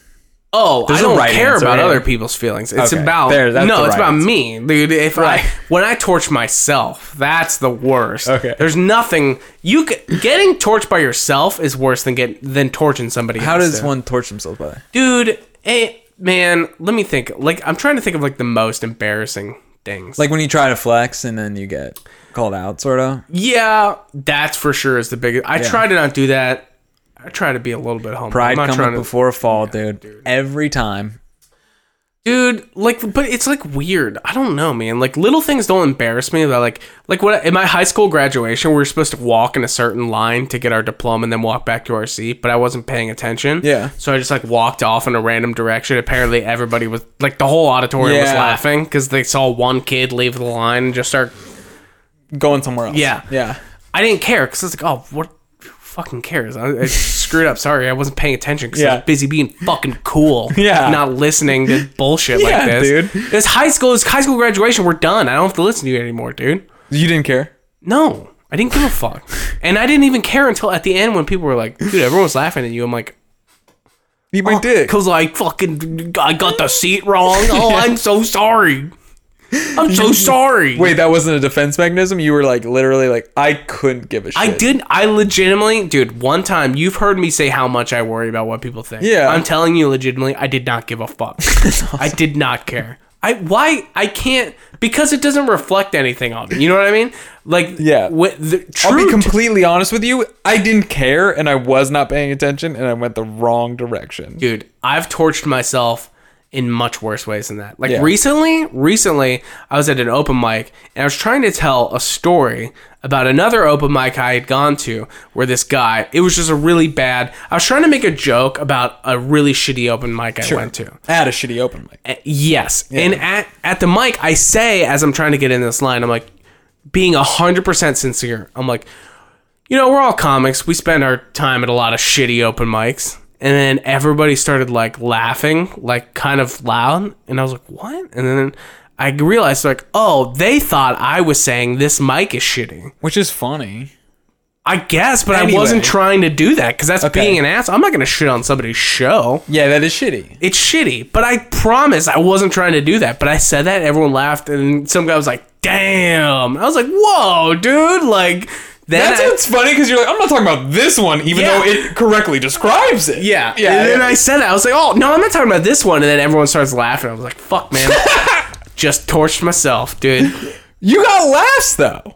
Speaker 3: Oh, I
Speaker 4: There's a
Speaker 3: don't
Speaker 4: right
Speaker 3: care
Speaker 4: answer
Speaker 3: about
Speaker 4: here.
Speaker 3: other people's feelings. It's
Speaker 4: Okay,
Speaker 3: about
Speaker 4: there, that's
Speaker 3: no,
Speaker 4: the
Speaker 3: it's
Speaker 4: right
Speaker 3: about
Speaker 4: answer.
Speaker 3: me, dude. If
Speaker 4: Right.
Speaker 3: I when I torch myself, that's the worst.
Speaker 4: Okay.
Speaker 3: there's nothing you c- getting torched by yourself is worse than get than torching somebody.
Speaker 4: how
Speaker 3: else,
Speaker 4: does
Speaker 3: dude.
Speaker 4: one torch themselves by that
Speaker 3: dude? Hey, man, let me think. Like I'm trying to think of like the most embarrassing things.
Speaker 4: like when you try to flex and then you get called out sort of
Speaker 3: yeah, that's for sure is the biggest. I try to not do that. I try to be a little bit humble.
Speaker 4: Pride
Speaker 3: I'm not
Speaker 4: comes
Speaker 3: trying
Speaker 4: up
Speaker 3: to
Speaker 4: before a fall, dude. Every time.
Speaker 3: dude like but it's like weird i don't know man like little things don't embarrass me that like like what in my high school graduation we were supposed to walk in a certain line to get our diploma and then walk back to our seat but i wasn't paying attention
Speaker 4: Yeah.
Speaker 3: so i just like walked off in a random direction apparently everybody was like the whole auditorium was
Speaker 4: Yeah.
Speaker 3: laughing because they saw one kid leave the line and just start
Speaker 4: Going somewhere else.
Speaker 3: Yeah.
Speaker 4: Yeah.
Speaker 3: i didn't care because it's like oh what who fucking cares i, I screwed up sorry i wasn't paying attention because i
Speaker 4: Yeah.
Speaker 3: was busy being fucking cool
Speaker 4: Yeah.
Speaker 3: not listening to bullshit like
Speaker 4: Yeah,
Speaker 3: this.
Speaker 4: dude.
Speaker 3: This high school is high school graduation. We're done. I don't have to listen to you anymore, dude.
Speaker 4: You didn't care.
Speaker 3: No, I didn't give a fuck, and I didn't even care until at the end when people were like, "Dude, everyone was laughing at you." I'm like,
Speaker 4: You my dick.
Speaker 3: "Cause I fucking I got the seat wrong. Oh, I'm so Oh, sorry." I'm so sorry.
Speaker 4: Wait, that wasn't a defense mechanism. You were like literally like I couldn't give a shit.
Speaker 3: I did. I legitimately, dude. One time, you've heard me say how much I worry about what people think.
Speaker 4: Yeah.
Speaker 3: I'm telling you, legitimately, I did not give a fuck. I did not care. I why I can't because it doesn't reflect anything on me. You know what I mean? Like
Speaker 4: Yeah.
Speaker 3: wh- the
Speaker 4: I'll
Speaker 3: true
Speaker 4: be completely honest with you. I didn't care, and I was not paying attention, and I went the wrong direction.
Speaker 3: dude i've tortured myself in much worse ways than that like
Speaker 4: Yeah.
Speaker 3: recently recently i was at an open mic and i was trying to tell a story about another open mic i had gone to where this guy it was just a really bad i was trying to make a joke about a really shitty open mic i went to
Speaker 4: At a shitty open mic.
Speaker 3: Uh, yes and at, at the mic i say as i'm trying to get in this line i'm like being 100% sincere i'm like you know, we're all comics. We spend our time at a lot of shitty open mics. And then everybody started like laughing, like kind of loud. And I was like, what? And then I realized, like, oh, they thought I was saying this mic is shitty.
Speaker 4: Which is funny.
Speaker 3: I guess, but
Speaker 4: Anyway.
Speaker 3: I wasn't trying to do that because that's
Speaker 4: Okay.
Speaker 3: being an ass. I'm not going to shit on somebody's show.
Speaker 4: Yeah, that is shitty.
Speaker 3: It's shitty, but I promise I wasn't trying to do that. But I said that, everyone laughed, and some guy was like, damn. I was like, whoa, dude. Like, then
Speaker 4: That's
Speaker 3: I-
Speaker 4: what's funny because you're like, I'm not talking about this one, even
Speaker 3: Yeah.
Speaker 4: though it correctly describes it.
Speaker 3: Yeah.
Speaker 4: yeah.
Speaker 3: And then
Speaker 4: yeah.
Speaker 3: I said that. I was like, oh, no, I'm not talking about this one. And then everyone starts laughing. I was like, fuck, man. Just torched myself, dude.
Speaker 4: you got laughs though.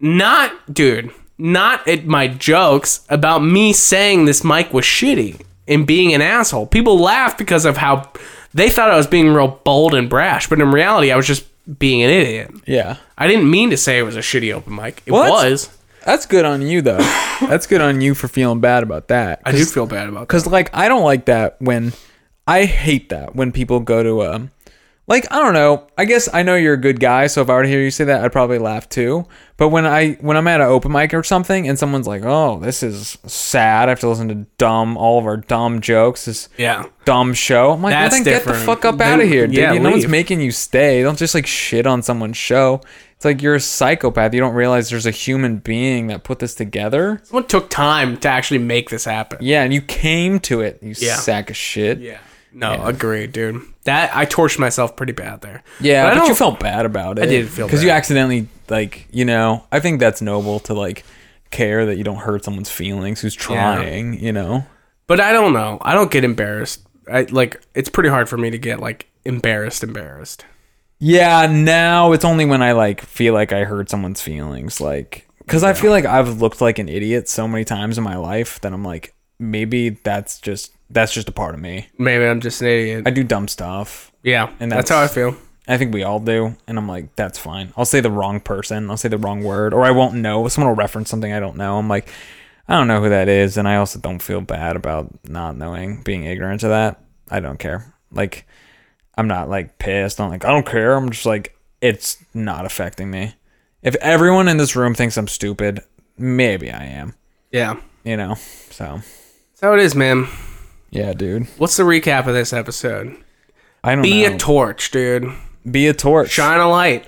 Speaker 3: Not, dude, not at my jokes about me saying this mic was shitty and being an asshole. People laughed because of how they thought I was being real bold and brash. But in reality, I was just being an idiot.
Speaker 4: Yeah,
Speaker 3: I didn't mean to say it was a shitty open mic. It
Speaker 4: Well, that's-
Speaker 3: was.
Speaker 4: that's good on you though. that's good on you for feeling bad about that.
Speaker 3: I do feel bad about that.
Speaker 4: because like I don't like that when I hate that when people go to um like I don't know I guess I know you're a good guy so if I were to hear you say that I'd probably laugh too but when I when I'm at an open mic or something and someone's like oh this is sad I have to listen to dumb all of our dumb jokes this
Speaker 3: Yeah.
Speaker 4: dumb show I'm like well,
Speaker 3: That's
Speaker 4: then get the
Speaker 3: different.
Speaker 4: fuck up
Speaker 3: Then-
Speaker 4: out of here dude
Speaker 3: yeah,
Speaker 4: You- no one's
Speaker 3: leave.
Speaker 4: making you stay don't just like shit on someone's show it's like you're a psychopath you don't realize there's a human being that put this together
Speaker 3: Someone took time to actually make this happen.
Speaker 4: yeah and you came to it you
Speaker 3: Yeah.
Speaker 4: sack of shit
Speaker 3: Yeah. No, agreed, dude. That I torched myself pretty bad there.
Speaker 4: Yeah,
Speaker 3: But
Speaker 4: but,
Speaker 3: I don't.
Speaker 4: you felt bad about it. I
Speaker 3: did feel
Speaker 4: because you
Speaker 3: bad.
Speaker 4: accidentally like you know. I think that's noble to like care that you don't hurt someone's feelings who's trying. You know.
Speaker 3: but I don't know. I don't get embarrassed. I like. It's pretty hard for me to get like embarrassed, embarrassed.
Speaker 4: Yeah. Now it's only when I like feel like I hurt someone's feelings, like because I feel like I've looked like an idiot so many times in my life that I'm like maybe that's just that's just a part of me.
Speaker 3: Maybe I'm just an idiot.
Speaker 4: I do dumb stuff.
Speaker 3: yeah,
Speaker 4: and
Speaker 3: and that's,
Speaker 4: that's-
Speaker 3: how I feel.
Speaker 4: I think we all do. And I'm like, that's fine. I'll say the wrong person. I'll say the wrong word, or I won't know. Someone will reference something I don't know. I'm like, I don't know who that is. And I also don't feel bad about not knowing, being ignorant to that. I don't care. Like, I'm not like pissed. I'm like, I don't care. I'm just like, it's not affecting me. If everyone in this room thinks I'm stupid, maybe I am,
Speaker 3: Yeah,
Speaker 4: you know? So,
Speaker 3: that's how it is, man.
Speaker 4: yeah, dude.
Speaker 3: What's the recap of this episode?
Speaker 4: I don't
Speaker 3: Be
Speaker 4: know.
Speaker 3: a torch, dude.
Speaker 4: be a torch.
Speaker 3: Shine a light.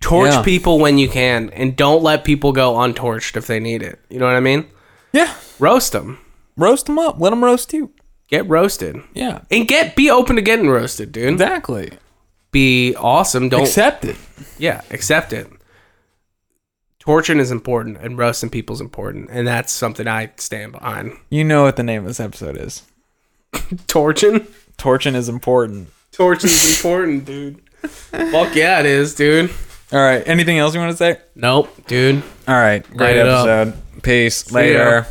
Speaker 3: Torch
Speaker 4: Yeah.
Speaker 3: people when you can, and don't let people go untorched if they need it. You know what I mean?
Speaker 4: Yeah.
Speaker 3: Roast them.
Speaker 4: Roast them up. Let them roast you.
Speaker 3: Get roasted,
Speaker 4: Yeah.
Speaker 3: and get be open to getting roasted, dude.
Speaker 4: Exactly.
Speaker 3: be awesome. Don't
Speaker 4: Accept it.
Speaker 3: Yeah, accept it. Torching is important and roasting people is important, and that's something I stand behind.
Speaker 4: You know what the name of this episode is.
Speaker 3: Torching?
Speaker 4: Torching is important.
Speaker 3: Torching is important, dude. Fuck yeah, it is, dude.
Speaker 4: All right. Anything else you want to say?
Speaker 3: Nope, dude.
Speaker 4: All right. Great
Speaker 3: it up.
Speaker 4: episode. Peace.
Speaker 3: ya.
Speaker 4: Later.